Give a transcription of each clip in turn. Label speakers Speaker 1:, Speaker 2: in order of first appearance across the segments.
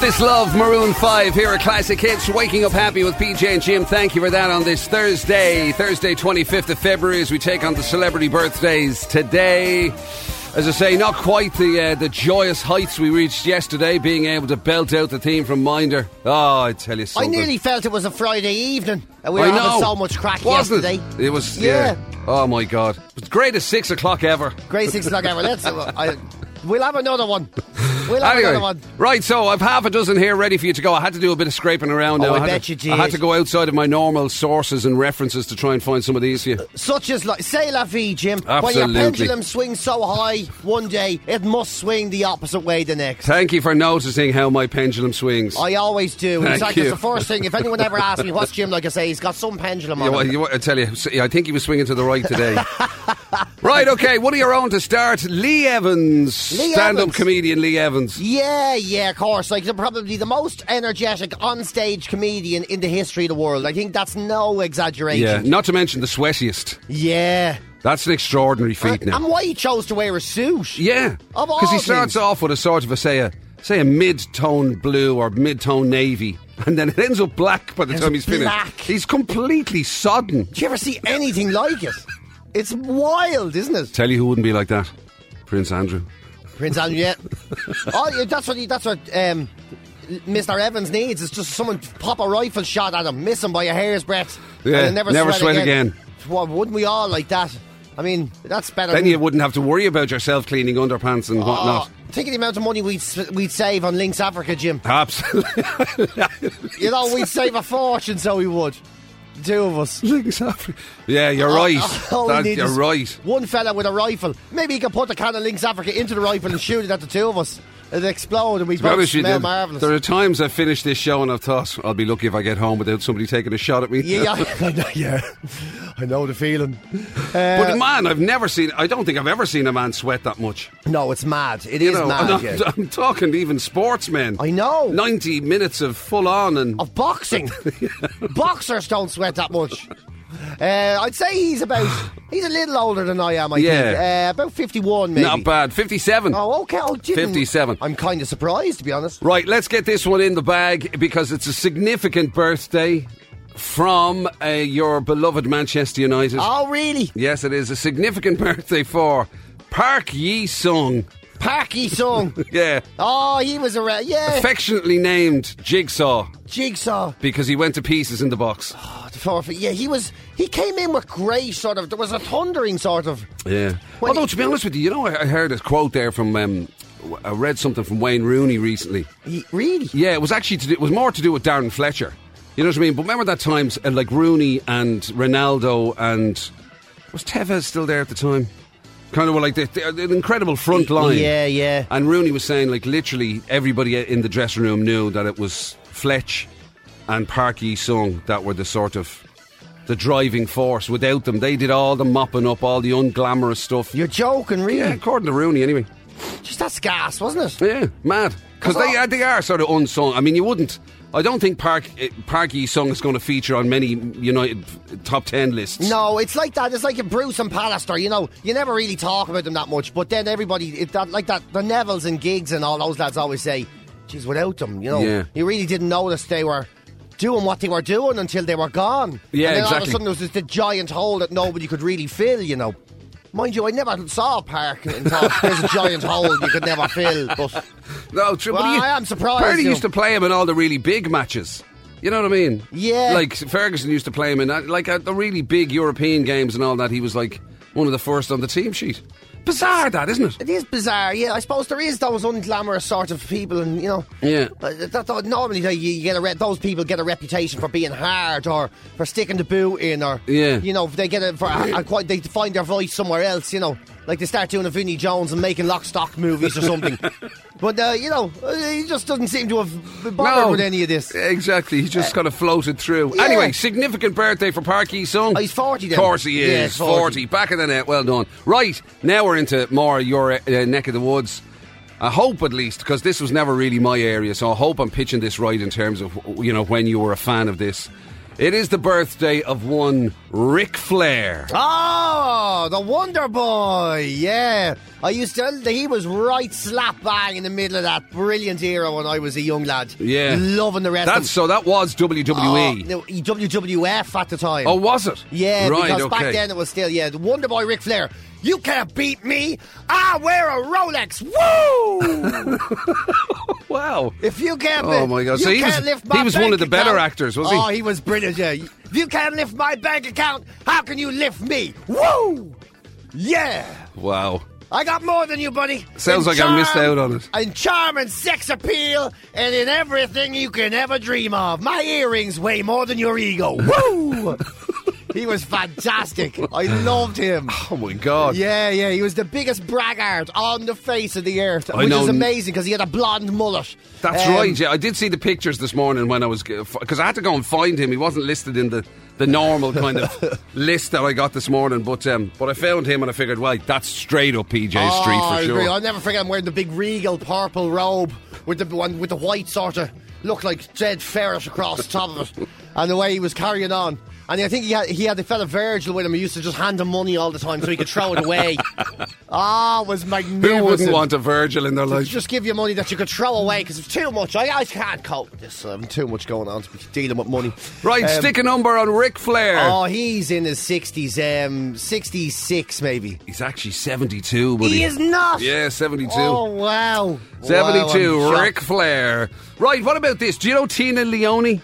Speaker 1: This Love, Maroon 5, here at Classic Hits. Waking up happy with PJ and Jim. Thank you for that on this Thursday, Thursday, 25th of February, as we take on the celebrity birthdays today. As I say, not quite the uh, the joyous heights we reached yesterday, being able to belt out the theme from Minder. Oh, I tell you
Speaker 2: I
Speaker 1: something.
Speaker 2: nearly felt it was a Friday evening. and We were
Speaker 1: I
Speaker 2: having
Speaker 1: know.
Speaker 2: so much crack
Speaker 1: Wasn't
Speaker 2: yesterday.
Speaker 1: It? it was,
Speaker 2: Yeah.
Speaker 1: yeah. Oh, my God. It was great as six o'clock ever.
Speaker 2: Great six o'clock hour. Let's. I, we'll have another one. We'll have another
Speaker 1: Anyway,
Speaker 2: one.
Speaker 1: right, so I've half a dozen here ready for you to go. I had to do a bit of scraping around.
Speaker 2: Oh,
Speaker 1: now.
Speaker 2: I
Speaker 1: had
Speaker 2: bet
Speaker 1: to,
Speaker 2: you did.
Speaker 1: I had to go outside of my normal sources and references to try and find some of these for you.
Speaker 2: Such as like, say la vie, Jim. When
Speaker 1: Absolutely.
Speaker 2: your pendulum swings so high one day, it must swing the opposite way the next.
Speaker 1: Thank you for noticing how my pendulum swings.
Speaker 2: I always do.
Speaker 1: Thank
Speaker 2: it's like it's
Speaker 1: you.
Speaker 2: the first thing. If anyone ever asks me what's Jim like, I say he's got some pendulum
Speaker 1: Yeah,
Speaker 2: on.
Speaker 1: well,
Speaker 2: him.
Speaker 1: you- I tell you, see, I think he was swinging to the right today. right, okay, one of your own to start. Lee Evans,
Speaker 2: Lee
Speaker 1: stand up
Speaker 2: Evans.
Speaker 1: comedian Lee Evans.
Speaker 2: Yeah, yeah, of course. Like, they're probably the most energetic on-stage comedian in the history of the world. I think that's no
Speaker 1: Yeah,
Speaker 2: exaggeration.
Speaker 1: not to mention the sweatiest.
Speaker 2: Yeah.
Speaker 1: That's an extraordinary feat now.
Speaker 2: And why he chose to wear a suit?
Speaker 1: Yeah,
Speaker 2: Of all
Speaker 1: because he starts
Speaker 2: things.
Speaker 1: off with a sort of a say a say a mid tone blue or mid tone navy, and then it ends up black by the
Speaker 2: Ends
Speaker 1: time
Speaker 2: up
Speaker 1: he's finished.
Speaker 2: black.
Speaker 1: He's completely sodden.
Speaker 2: Do you ever see anything like it? It's wild, isn't it?
Speaker 1: Tell you who wouldn't be like that, Prince Andrew.
Speaker 2: Prince Andrew. Yeah. oh, yeah, that's what he, that's what um, Mr. Evans needs. Is just someone to pop a rifle shot at him, miss him by a hair's breadth,
Speaker 1: Yeah,
Speaker 2: and he'll never,
Speaker 1: never
Speaker 2: sweat,
Speaker 1: sweat again.
Speaker 2: Why wouldn't we all like that? I mean, that's better.
Speaker 1: Then
Speaker 2: than-
Speaker 1: you wouldn't have to worry about yourself cleaning underpants and
Speaker 2: Oh,
Speaker 1: whatnot.
Speaker 2: Think of the amount of money we'd s- we'd save on Links Africa, Jim.
Speaker 1: Absolutely.
Speaker 2: You know, we'd save a fortune, so we would. The two of us.
Speaker 1: Links Africa. Yeah, you're right.
Speaker 2: Oh, All we
Speaker 1: That-
Speaker 2: need
Speaker 1: you're
Speaker 2: is
Speaker 1: right.
Speaker 2: One fella with a rifle. Maybe he could put the can of Lynx Africa into the rifle and shoot it at the two of us. It'd explode and we'd
Speaker 1: To be
Speaker 2: both
Speaker 1: honest with you,
Speaker 2: smell
Speaker 1: there,
Speaker 2: marvellous.
Speaker 1: there are times I've finished this show and I've thought, I'll be lucky if I get home without somebody taking a shot at me.
Speaker 2: yeah, yeah. I know- yeah. I know the feeling. Uh,
Speaker 1: but man, I've never seen, I don't think I've ever seen a man sweat that much.
Speaker 2: No, it's mad. It
Speaker 1: You
Speaker 2: is
Speaker 1: know,
Speaker 2: mad.
Speaker 1: and I'm,
Speaker 2: yeah.
Speaker 1: I'm talking to even sportsmen.
Speaker 2: I know.
Speaker 1: 90 minutes of full on and.
Speaker 2: Of boxing. Boxers don't sweat that much. Uh, I'd say he's about, he's a little older than I am, I
Speaker 1: Yeah.
Speaker 2: think. Uh, about 51, maybe.
Speaker 1: Not bad. 57.
Speaker 2: Oh, okay. I didn't-
Speaker 1: 57.
Speaker 2: I'm kind of surprised, to be honest.
Speaker 1: Right, let's get this one in the bag because it's a significant birthday from uh, your beloved Manchester United.
Speaker 2: Oh, really?
Speaker 1: Yes, it is a significant birthday for Park Yi Sung.
Speaker 2: Parky Sung.
Speaker 1: Yeah.
Speaker 2: Oh, he was around. Yeah,
Speaker 1: Affectionately named Jigsaw
Speaker 2: Jigsaw.
Speaker 1: because he went to pieces in the box.
Speaker 2: Oh, the forfeit. Yeah, he was. He came in with grey sort of. There was a thundering sort of.
Speaker 1: Yeah.
Speaker 2: Well,
Speaker 1: Although,
Speaker 2: he-
Speaker 1: to be honest with you, you know, I I heard a quote there from. Um, w- I read something from Wayne Rooney recently.
Speaker 2: He, really?
Speaker 1: Yeah, it was actually to do, it was more to do with Darren Fletcher. You know what I mean? But remember that times uh, like Rooney and Ronaldo and was Tevez still there at the time? Kind of were like the, the, an incredible front line.
Speaker 2: Yeah, yeah.
Speaker 1: And Rooney was saying like literally everybody in the dressing room knew that it was Fletch and Park Yi Sung that were the sort of the driving force. Without them, they did all the mopping up, all the unglamorous stuff.
Speaker 2: You're joking, really?
Speaker 1: Yeah, according to Rooney, anyway.
Speaker 2: Just that's gas, wasn't it?
Speaker 1: Yeah, mad. Because
Speaker 2: That's
Speaker 1: they,
Speaker 2: all.
Speaker 1: are- they are sort of unsung. I mean, you wouldn't. I don't think Park eh, Park Yi Sung is going to feature on many United top ten lists.
Speaker 2: No, it's like that. It's like a Bruce and Pallister. You know, you never really talk about them that much, but then everybody, it, that, like that, the Nevilles and Gigs and all those lads always say, "Geez, without them, you know,
Speaker 1: Yeah.
Speaker 2: you really didn't notice they were." Doing what they were doing until they were gone.
Speaker 1: Yeah,
Speaker 2: and then all of a
Speaker 1: exactly.
Speaker 2: sudden there was just a giant hole that nobody could really fill, you know. Mind you, I never saw a park and thought there's a giant hole you could never fill. But
Speaker 1: no. True, but
Speaker 2: Well,
Speaker 1: he-
Speaker 2: I am surprised,
Speaker 1: Party
Speaker 2: you
Speaker 1: used
Speaker 2: know.
Speaker 1: to play him in all the really big matches. You know what I mean?
Speaker 2: Yeah.
Speaker 1: Like Ferguson used to play him in that, like at the really big European games and all that. He was like one of the first on the team sheet. Bizarre, that isn't it?
Speaker 2: It is bizarre, yeah. I suppose there is those unglamorous sort of people, and you know,
Speaker 1: Yeah.
Speaker 2: uh, that, that- normally they- you get a re- those people get a reputation for being hard or for sticking the boot in, or
Speaker 1: Yeah.
Speaker 2: you know, they get it for and quite they find their voice somewhere else, you know, like they start doing a Vinnie Jones and making Lock Stock movies or something. but uh, you know, uh, he just doesn't seem to have bothered with any of this. Uh,
Speaker 1: Exactly. He just kind of floated through.
Speaker 2: yeah.
Speaker 1: Anyway, significant birthday for Park Yi Sung.
Speaker 2: Oh, he's 40
Speaker 1: Of
Speaker 2: then.
Speaker 1: course he is.
Speaker 2: Yeah, he's
Speaker 1: 40.
Speaker 2: 40.
Speaker 1: Back in the net. Well done. Right. Now we're into more your uh, neck of the woods. I hope at least, because this was never really my area, so I hope I'm pitching this right in terms of, you know, when you were a fan of this. It is the birthday of one Ric Flair.
Speaker 2: Oh, the Wonder Boy, yeah. I used to. He was right slap bang in the middle of that brilliant era when I was a young lad.
Speaker 1: Yeah.
Speaker 2: loving the rest.
Speaker 1: That's
Speaker 2: of
Speaker 1: so. That was WWE.
Speaker 2: Oh, no, WWF at the time.
Speaker 1: Oh, was it?
Speaker 2: Yeah,
Speaker 1: right.
Speaker 2: because
Speaker 1: okay.
Speaker 2: back then it was still yeah, the Wonder Boy Ric Flair. You can't beat me. I wear a Rolex. Woo!
Speaker 1: wow.
Speaker 2: if you can't,
Speaker 1: Oh,
Speaker 2: li-
Speaker 1: my God.
Speaker 2: you
Speaker 1: So he was-
Speaker 2: can't lift my
Speaker 1: he was
Speaker 2: bank
Speaker 1: one of the better
Speaker 2: account.
Speaker 1: actors, was he?
Speaker 2: Oh, he was brilliant. Yeah. If you can't lift my bank account, how can you lift me? Woo! Yeah,
Speaker 1: Wow.
Speaker 2: I got more than you, buddy.
Speaker 1: Sounds
Speaker 2: In
Speaker 1: like I missed
Speaker 2: charm-
Speaker 1: out on it.
Speaker 2: In charm and sex appeal, and in everything you can ever dream of. My earrings weigh more than your ego. Woo! he was fantastic. I loved him.
Speaker 1: Oh my God.
Speaker 2: Yeah, yeah, he was the biggest braggart on the face of the earth,
Speaker 1: I
Speaker 2: which
Speaker 1: know-
Speaker 2: is amazing because he had a blonde mullet.
Speaker 1: That's
Speaker 2: Um,
Speaker 1: right. Yeah, I did see the pictures this morning when I was because I had to go and find him. He wasn't listed in the, the normal kind of list that I got this morning, but um, but I found him and I figured, well, that's straight up PJ
Speaker 2: Oh,
Speaker 1: Street
Speaker 2: I
Speaker 1: for
Speaker 2: agree. I'll
Speaker 1: sure.
Speaker 2: never forget him wearing the big regal purple robe with the one with the white sort of look like dead ferret across the top of it, and the way he was carrying on. And I think he had he had the fella Virgil with him. He used to just hand him money all the time so he could throw it away. Ah, it was magnificent.
Speaker 1: Who wouldn't want a Virgil in their
Speaker 2: To
Speaker 1: life?
Speaker 2: just give you money that you could throw away because it's too much. I, I can't cope with this. I'm too much going on to be dealing with money.
Speaker 1: Right,
Speaker 2: Um,
Speaker 1: stick a number on Ric Flair.
Speaker 2: Oh, he's in his 60s, um, 66 maybe.
Speaker 1: He's actually seventy-two, but
Speaker 2: He is not.
Speaker 1: Yeah, seventy-two.
Speaker 2: Oh, wow.
Speaker 1: 72,
Speaker 2: Wow, I'm
Speaker 1: Ric
Speaker 2: shocked.
Speaker 1: Flair. Right, what about this? Do you know Tina Leone?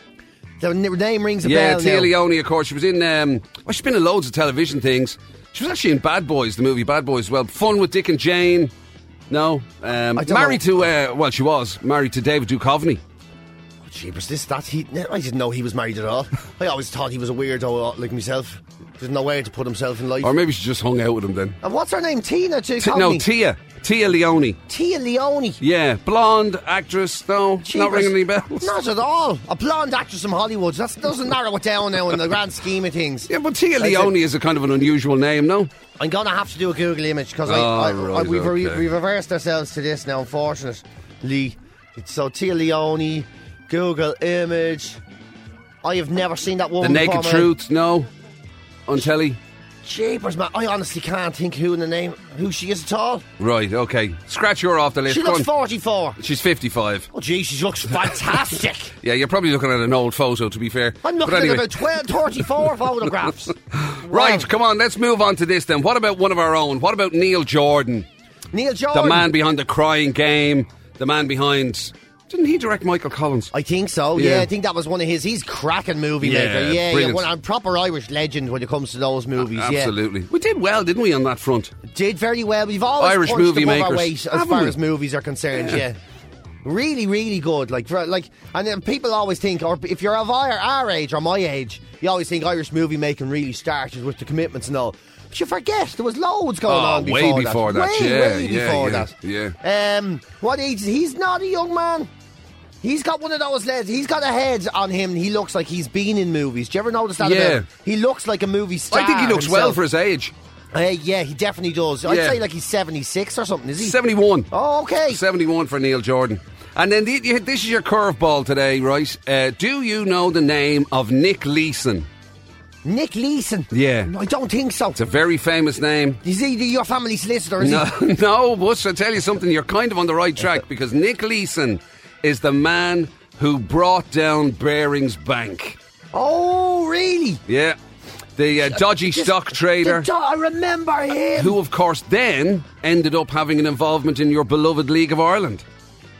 Speaker 2: The n- name rings a
Speaker 1: Yeah,
Speaker 2: bell.
Speaker 1: Tia
Speaker 2: now.
Speaker 1: Leone, of course. She was in. Um, well, she's been in loads of television things. She was actually in Bad Boys, the movie Bad Boys. as Well, Fun with Dick and Jane. No, um,
Speaker 2: I don't
Speaker 1: married to. Uh, well, she was married to David Duchovny.
Speaker 2: Oh, Jeepers, this, that, he. I didn't know he was married at all. I always thought he was a weirdo uh, like myself. There's no way to put himself in life.
Speaker 1: Or maybe she just hung out with him then.
Speaker 2: and what's her name? Tina? T-
Speaker 1: Um, T- no, Tia. Tia Leone.
Speaker 2: Tia Leone.
Speaker 1: Yeah, blonde actress. No, not
Speaker 2: Jeepers.
Speaker 1: ringing any bells.
Speaker 2: Not at all. A blonde actress from Hollywood. That doesn't narrow it down now in the grand scheme of things.
Speaker 1: Yeah, but Tia
Speaker 2: That's it.
Speaker 1: Leone is a kind of an unusual name, no?
Speaker 2: I'm gonna have to do a Google image because I,
Speaker 1: Oh,
Speaker 2: I, I-
Speaker 1: right,
Speaker 2: we've, re-
Speaker 1: okay.
Speaker 2: we've reversed ourselves to this now, unfortunately. It's so Tia Leone, Google image. I have never seen that
Speaker 1: The
Speaker 2: woman.
Speaker 1: Naked
Speaker 2: before, man.
Speaker 1: Truth. No, on telly.
Speaker 2: Jeepers, man! I honestly can't think who in the name who she is at all.
Speaker 1: Right. Okay. Scratch her off the list.
Speaker 2: She
Speaker 1: Go
Speaker 2: looks
Speaker 1: on.
Speaker 2: forty-four.
Speaker 1: She's fifty-five.
Speaker 2: Oh, gee, she looks fantastic.
Speaker 1: Yeah, you're probably looking at an old photo, to be fair. But
Speaker 2: I'm looking
Speaker 1: anyway.
Speaker 2: at about 12, 34 photographs.
Speaker 1: Right,
Speaker 2: Wow.
Speaker 1: come on, let's move on to this then. What about one of our own? What about Neil Jordan,
Speaker 2: Neil
Speaker 1: the
Speaker 2: Jordan,
Speaker 1: man behind the crying game, the man behind. Didn't he direct Michael Collins?
Speaker 2: I think so. Yeah.
Speaker 1: Yeah.
Speaker 2: I think that was one of his. He's cracking movie
Speaker 1: Yeah,
Speaker 2: maker. Yeah, yeah,
Speaker 1: brilliant.
Speaker 2: one, a proper Irish legend when it comes to those movies. yeah.
Speaker 1: Absolutely. We did well, didn't we, on that front?
Speaker 2: did very well. We've always
Speaker 1: Irish
Speaker 2: punched
Speaker 1: movie
Speaker 2: above our
Speaker 1: makers,
Speaker 2: weight as
Speaker 1: haven't
Speaker 2: far
Speaker 1: we?
Speaker 2: as movies are concerned. Yeah. Really, really good. Like, for, like, and then people always think, or if you're of our, our age or my age, you always think Irish movie making really started with the commitments and all. But you forget there was loads going
Speaker 1: Oh,
Speaker 2: on
Speaker 1: way
Speaker 2: before that.
Speaker 1: before that,
Speaker 2: Way,
Speaker 1: yeah,
Speaker 2: way
Speaker 1: yeah,
Speaker 2: before
Speaker 1: yeah,
Speaker 2: that. Yeah. Um, what age? He's not a young man. He's got one of those legs. He's got a head on him. He looks like he's been in movies. Do you ever notice that? about
Speaker 1: Yeah.
Speaker 2: him? He looks like a movie star.
Speaker 1: I think he looks well
Speaker 2: himself.
Speaker 1: for his age.
Speaker 2: Uh, yeah, he definitely does. I'd
Speaker 1: Yeah.
Speaker 2: say like he's 76 or something, is he?
Speaker 1: 71.
Speaker 2: oh, okay.
Speaker 1: 71 for Neil Jordan. And then the, you- this is your curveball today, right? Uh, do you know the name of Nick Leeson?
Speaker 2: Nick Leeson.
Speaker 1: Yeah.
Speaker 2: No, I don't think so.
Speaker 1: It's a very famous name.
Speaker 2: Is he the- your family solicitor? Is
Speaker 1: No,
Speaker 2: he?
Speaker 1: no, Bush, I tell you something, you're kind of on the right track because Nick Leeson is the man who brought down Bearings Bank.
Speaker 2: Oh, really?
Speaker 1: Yeah. The uh, dodgy
Speaker 2: Just-
Speaker 1: stock trader,
Speaker 2: The do- I remember him.
Speaker 1: who, of course, then ended up having an involvement in your beloved League of Ireland.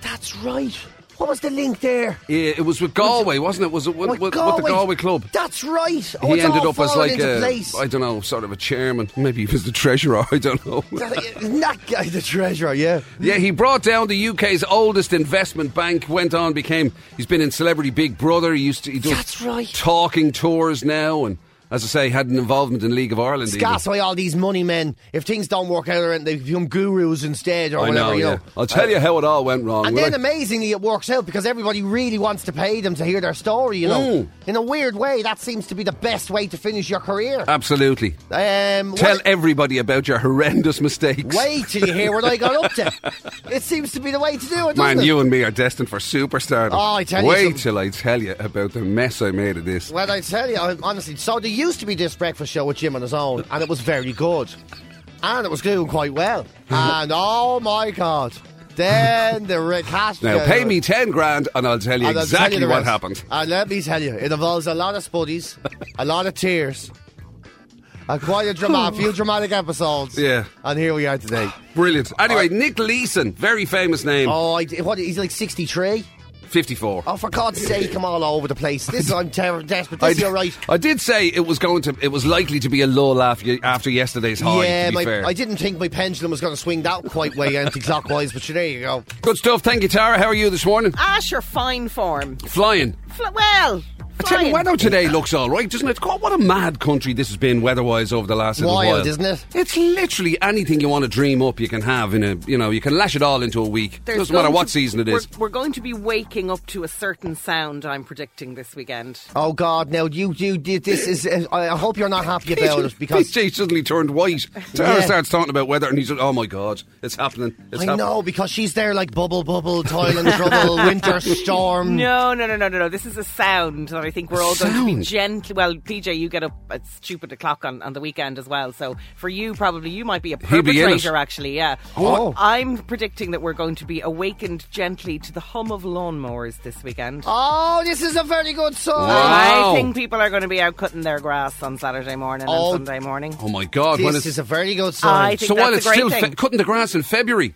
Speaker 2: That's right. What was the link there?
Speaker 1: Yeah, It was with Galway, wasn't it? Was it with,
Speaker 2: Like
Speaker 1: with, with the Galway club?
Speaker 2: That's right. Oh,
Speaker 1: he
Speaker 2: it's
Speaker 1: ended
Speaker 2: all
Speaker 1: up as
Speaker 2: falling
Speaker 1: like
Speaker 2: into
Speaker 1: a,
Speaker 2: place.
Speaker 1: I don't know, sort of a chairman. Maybe he was the treasurer. I don't know.
Speaker 2: Isn't that guy the treasurer? Yeah.
Speaker 1: Yeah, he brought down the UK's oldest investment bank. Went on, became. He's been in Celebrity Big Brother. He used to. He does
Speaker 2: That's right.
Speaker 1: Talking tours now, and as I say, had an involvement in League of Ireland.
Speaker 2: It's
Speaker 1: even.
Speaker 2: gas why all these money men, if things don't work out, or anything, they become gurus instead or
Speaker 1: I
Speaker 2: whatever.
Speaker 1: know.
Speaker 2: you
Speaker 1: Yeah.
Speaker 2: know.
Speaker 1: I'll tell you how it all went wrong.
Speaker 2: And
Speaker 1: Well,
Speaker 2: then
Speaker 1: I-
Speaker 2: amazingly, it works out because everybody really wants to pay them to hear their story, you know.
Speaker 1: Mm.
Speaker 2: In a weird way, that seems to be the best way to finish your career.
Speaker 1: absolutely.
Speaker 2: Um,
Speaker 1: Uh, Tell
Speaker 2: wait,
Speaker 1: everybody about your horrendous mistakes.
Speaker 2: wait till you hear what I got up to. It seems to be the way to do it, doesn't
Speaker 1: Man,
Speaker 2: it?
Speaker 1: you and me are destined for superstardom.
Speaker 2: Oh, I tell you
Speaker 1: Wait
Speaker 2: something.
Speaker 1: till I tell you about the mess I made of this.
Speaker 2: Well, I tell you, I- honestly, so there used to be this breakfast show with Jim on his own, and it was very good. and it was doing quite well.
Speaker 1: Hmm.
Speaker 2: and oh my god, then the recast.
Speaker 1: Now, pay me 10 grand and I'll tell you
Speaker 2: And I'll tell
Speaker 1: exactly
Speaker 2: you the
Speaker 1: what
Speaker 2: rest.
Speaker 1: happened.
Speaker 2: And let me tell you, it involves a lot of spuddies, a lot of tears, and quite a, drama- a few dramatic episodes.
Speaker 1: Yeah.
Speaker 2: And here we are today.
Speaker 1: Brilliant. Anyway, Nick Leeson, very famous name,
Speaker 2: Oh, I, what? He's like 63?
Speaker 1: 54.
Speaker 2: Oh, for God's sake, I'm all over the place. This I'm ter- desperate.
Speaker 1: I
Speaker 2: This
Speaker 1: d-
Speaker 2: you're right.
Speaker 1: I did say it was going to. It was likely to be a lull after after yesterday's high.
Speaker 2: yeah,
Speaker 1: Oh, to be
Speaker 2: my,
Speaker 1: fair.
Speaker 2: I didn't think my pendulum was going to swing that quite way anti-clockwise, but there you go.
Speaker 1: Good stuff. Thank you, Tara. How are you this morning?
Speaker 3: Ash are fine form.
Speaker 1: Flying.
Speaker 3: Fl- well,
Speaker 1: I tell you,
Speaker 3: flying.
Speaker 1: weather today looks all right, doesn't it? God, what a mad country this has been weather-wise over the last little
Speaker 2: Wild,
Speaker 1: while,
Speaker 2: isn't it?
Speaker 1: It's literally anything you want to dream up, you can have in a. You know, you can lash it all into a week.
Speaker 3: There's
Speaker 1: doesn't matter
Speaker 3: going
Speaker 1: what
Speaker 3: to-
Speaker 1: season it is.
Speaker 3: We're, we're going to be waking up to a certain sound. I'm predicting this weekend.
Speaker 2: Oh God, now you, you, you this is. Uh, I hope you're not happy about it because
Speaker 1: PJ suddenly turned white. Tara
Speaker 2: Yeah.
Speaker 1: starts talking about weather, and he's like, "Oh my god, it's happening! It's
Speaker 2: I
Speaker 1: happening!"
Speaker 2: know because she's there like bubble, bubble, toil and trouble, winter
Speaker 1: Hmm.
Speaker 2: storm.
Speaker 3: No, no, no, no, no, no. This is a sound that I think we're all going to be
Speaker 1: Sound?
Speaker 3: gently. Well, PJ, you get up at stupid o'clock on, on the weekend as well. So for you, probably you might be a
Speaker 1: He'll be in it.
Speaker 3: perpetrator. actually, yeah.
Speaker 2: Oh.
Speaker 3: I'm predicting that we're going to be awakened gently to the hum of lawnmowers this weekend.
Speaker 2: Oh, this is a very good song.
Speaker 1: Wow.
Speaker 3: I think people are going to be out cutting their grass on Saturday morning
Speaker 2: Oh.
Speaker 3: and Sunday morning.
Speaker 1: Oh my god! when
Speaker 2: This
Speaker 1: it's,
Speaker 2: is a very good song.
Speaker 3: I think
Speaker 1: so
Speaker 3: that's
Speaker 1: while
Speaker 3: a
Speaker 1: it's
Speaker 3: great
Speaker 1: still
Speaker 3: thing.
Speaker 1: fe- cutting the grass in February,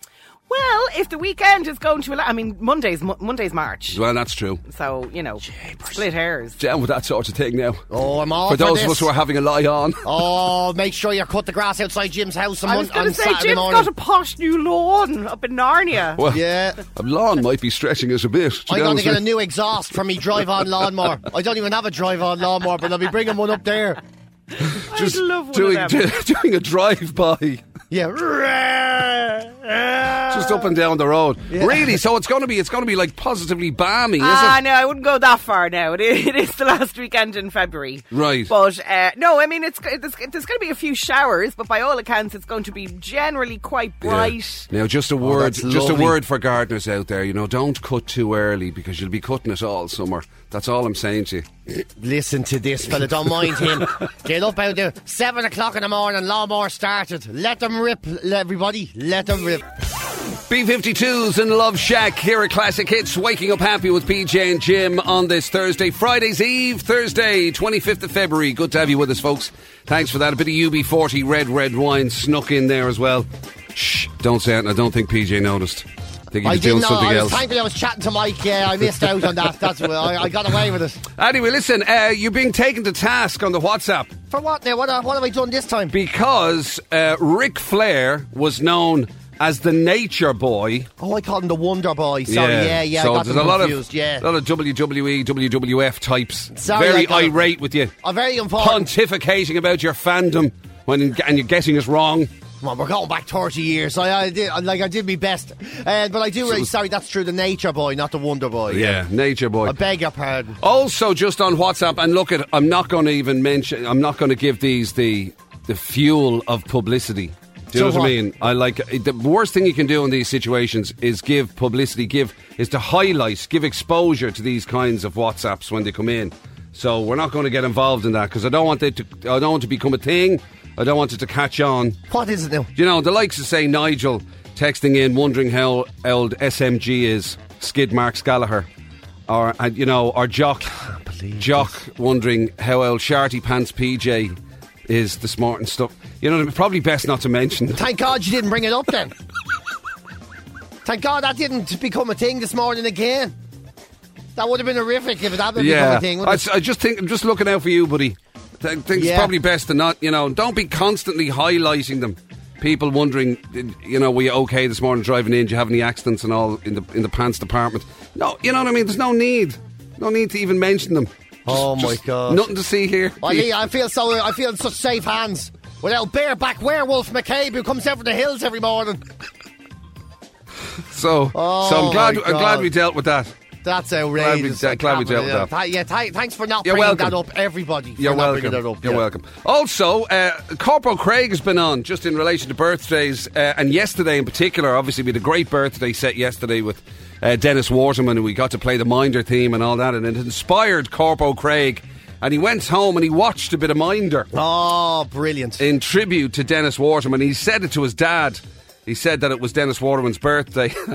Speaker 3: Well, if the weekend is going to allow, I mean, Monday's Mo- Monday's March,
Speaker 1: well, that's true.
Speaker 3: so you know, split hairs.
Speaker 1: down with that sort of thing now.
Speaker 2: oh, I'm all
Speaker 1: for
Speaker 2: for,
Speaker 1: those of
Speaker 2: this.
Speaker 1: us who are having a lie on.
Speaker 2: Oh, make sure you cut the grass outside Jim's house on,
Speaker 3: I was
Speaker 2: mon-
Speaker 3: going to
Speaker 2: on
Speaker 3: say,
Speaker 2: Saturday
Speaker 3: Jim's
Speaker 2: morning.
Speaker 3: got a posh new lawn up in Narnia.
Speaker 1: Well,
Speaker 2: yeah.
Speaker 1: a lawn might be stretching us a bit. to
Speaker 2: I'm
Speaker 1: be
Speaker 2: going to
Speaker 1: honest
Speaker 2: get a
Speaker 1: with you.
Speaker 2: new exhaust from me drive-on lawnmower. I don't even have a drive-on lawnmower, but I'll be bringing one up there.
Speaker 1: Just
Speaker 3: I'd love one
Speaker 1: doing
Speaker 3: of them.
Speaker 1: doing a drive by.
Speaker 2: Yeah.
Speaker 1: Just up and down the road, really. So it's going to be it's going to be like positively balmy, isn't
Speaker 3: Ah,
Speaker 1: it?
Speaker 3: no, I wouldn't go that far now. It is, it is the last weekend in February.
Speaker 1: Right.
Speaker 3: But, uh, no, I mean, it's, it's there's going to be a few showers, but by all accounts, it's going to be generally quite
Speaker 1: Yeah.
Speaker 3: bright.
Speaker 1: Now, just a word,
Speaker 2: Oh, that's
Speaker 1: just a
Speaker 2: lovely.
Speaker 1: word for gardeners out there. You know, don't cut too early because you'll be cutting it all summer. That's all I'm saying to you.
Speaker 2: Listen to this fella, don't mind him. Get up out there. Seven o'clock in the morning, lawnmower started. Let them rip, everybody. Let them rip.
Speaker 1: B52s and Love Shack here at Classic Hits, waking up happy with PJ and Jim on this Thursday, Friday's Eve, Thursday, 25th of February. Good to have you with us, folks. Thanks for that. A bit of UB40 red, red wine snuck in there as well. Shh, don't say it, and I don't think PJ noticed. I think he
Speaker 2: I
Speaker 1: was
Speaker 2: didn't
Speaker 1: doing
Speaker 2: know.
Speaker 1: something
Speaker 2: I was,
Speaker 1: else.
Speaker 2: thankfully, I was chatting to Mike. Yeah, I missed out on that. That's well, I, I got away with it.
Speaker 1: Anyway, listen, uh, you're being taken to task on the WhatsApp
Speaker 2: For what now? What, what have I done this time?
Speaker 1: because uh, Ric Flair was known as the Nature Boy.
Speaker 2: Oh, I called him the Wonder Boy. Sorry, yeah, yeah. I
Speaker 1: so
Speaker 2: got
Speaker 1: there's
Speaker 2: them
Speaker 1: a lot
Speaker 2: confused.
Speaker 1: of
Speaker 2: yeah.
Speaker 1: a lot of E, WWE, WWF types.
Speaker 2: Sorry, I
Speaker 1: very
Speaker 2: got it.
Speaker 1: irate with you,
Speaker 2: I'm very important.
Speaker 1: pontificating about your fandom when and you're getting us wrong.
Speaker 2: Come on, we're going back 30 years. I, I did, like, I did my best, uh, but I do. really, sorry, that's true. The Nature Boy, not the Wonder Boy.
Speaker 1: nature boy.
Speaker 2: I beg your pardon.
Speaker 1: also, just on WhatsApp, and look at I'm not going to even mention. I'm not going to give these the the fuel of publicity. Do you
Speaker 2: So
Speaker 1: know what,
Speaker 2: what?
Speaker 1: I mean? I like the worst thing you can do in these situations is give publicity, give is to highlight, give exposure to these kinds of WhatsApps when they come in. So we're not going to get involved in that because I don't want it to. I don't want it to become a thing. I don't want it to catch on.
Speaker 2: What is it now?
Speaker 1: You know, the likes of, say, Nigel texting in wondering how old SMG is, skid marks Gallagher. Or, and, you know, or Jock. Jock wondering how old Sharty Pants PJ is this morning stuff. You know, probably best not to mention.
Speaker 2: Thank God you didn't bring it up then. Thank God that didn't become a thing this morning again. That would have been horrific if it had become
Speaker 1: Yeah.
Speaker 2: a thing.
Speaker 1: I,
Speaker 2: wouldn't
Speaker 1: s- I just think, I'm just looking out for you, buddy. I think it's
Speaker 2: Yeah.
Speaker 1: probably best to not, you know, don't be constantly highlighting them. People wondering, you know, were you okay this morning driving in? Do you have any accidents and all in the in the pants department? No, you know what I mean. There's no need, no need to even mention them. Just-
Speaker 2: Oh, my
Speaker 1: just
Speaker 2: God.
Speaker 1: nothing to see here.
Speaker 2: it? I, mean, I feel so. I feel in such safe hands without bareback werewolf McCabe who comes out from the hills every morning.
Speaker 1: So,
Speaker 2: Oh,
Speaker 1: so I'm glad,
Speaker 2: my
Speaker 1: I'm glad
Speaker 2: God.
Speaker 1: we dealt with that.
Speaker 2: That's
Speaker 1: Glad
Speaker 2: outrageous.
Speaker 1: we-
Speaker 2: I
Speaker 1: glad we dealt
Speaker 2: can't believe
Speaker 1: with
Speaker 2: it. Th- yeah, th- thanks for not
Speaker 1: You're
Speaker 2: bringing
Speaker 1: welcome.
Speaker 2: that up, everybody. for
Speaker 1: You're
Speaker 2: not
Speaker 1: welcome.
Speaker 2: bringing that up,
Speaker 1: You're
Speaker 2: yeah.
Speaker 1: welcome. Also, uh, Corporal Craig has been on just in relation to birthdays, uh, and yesterday in particular. Obviously, we had a great birthday set yesterday with uh, Dennis Waterman, and we got to play the Minder theme and all that, and it inspired Corporal Craig And he went home and he watched a bit of Minder
Speaker 2: Oh, brilliant.
Speaker 1: in tribute to Dennis Waterman. He said it to his dad. He said that it was Dennis Waterman's birthday.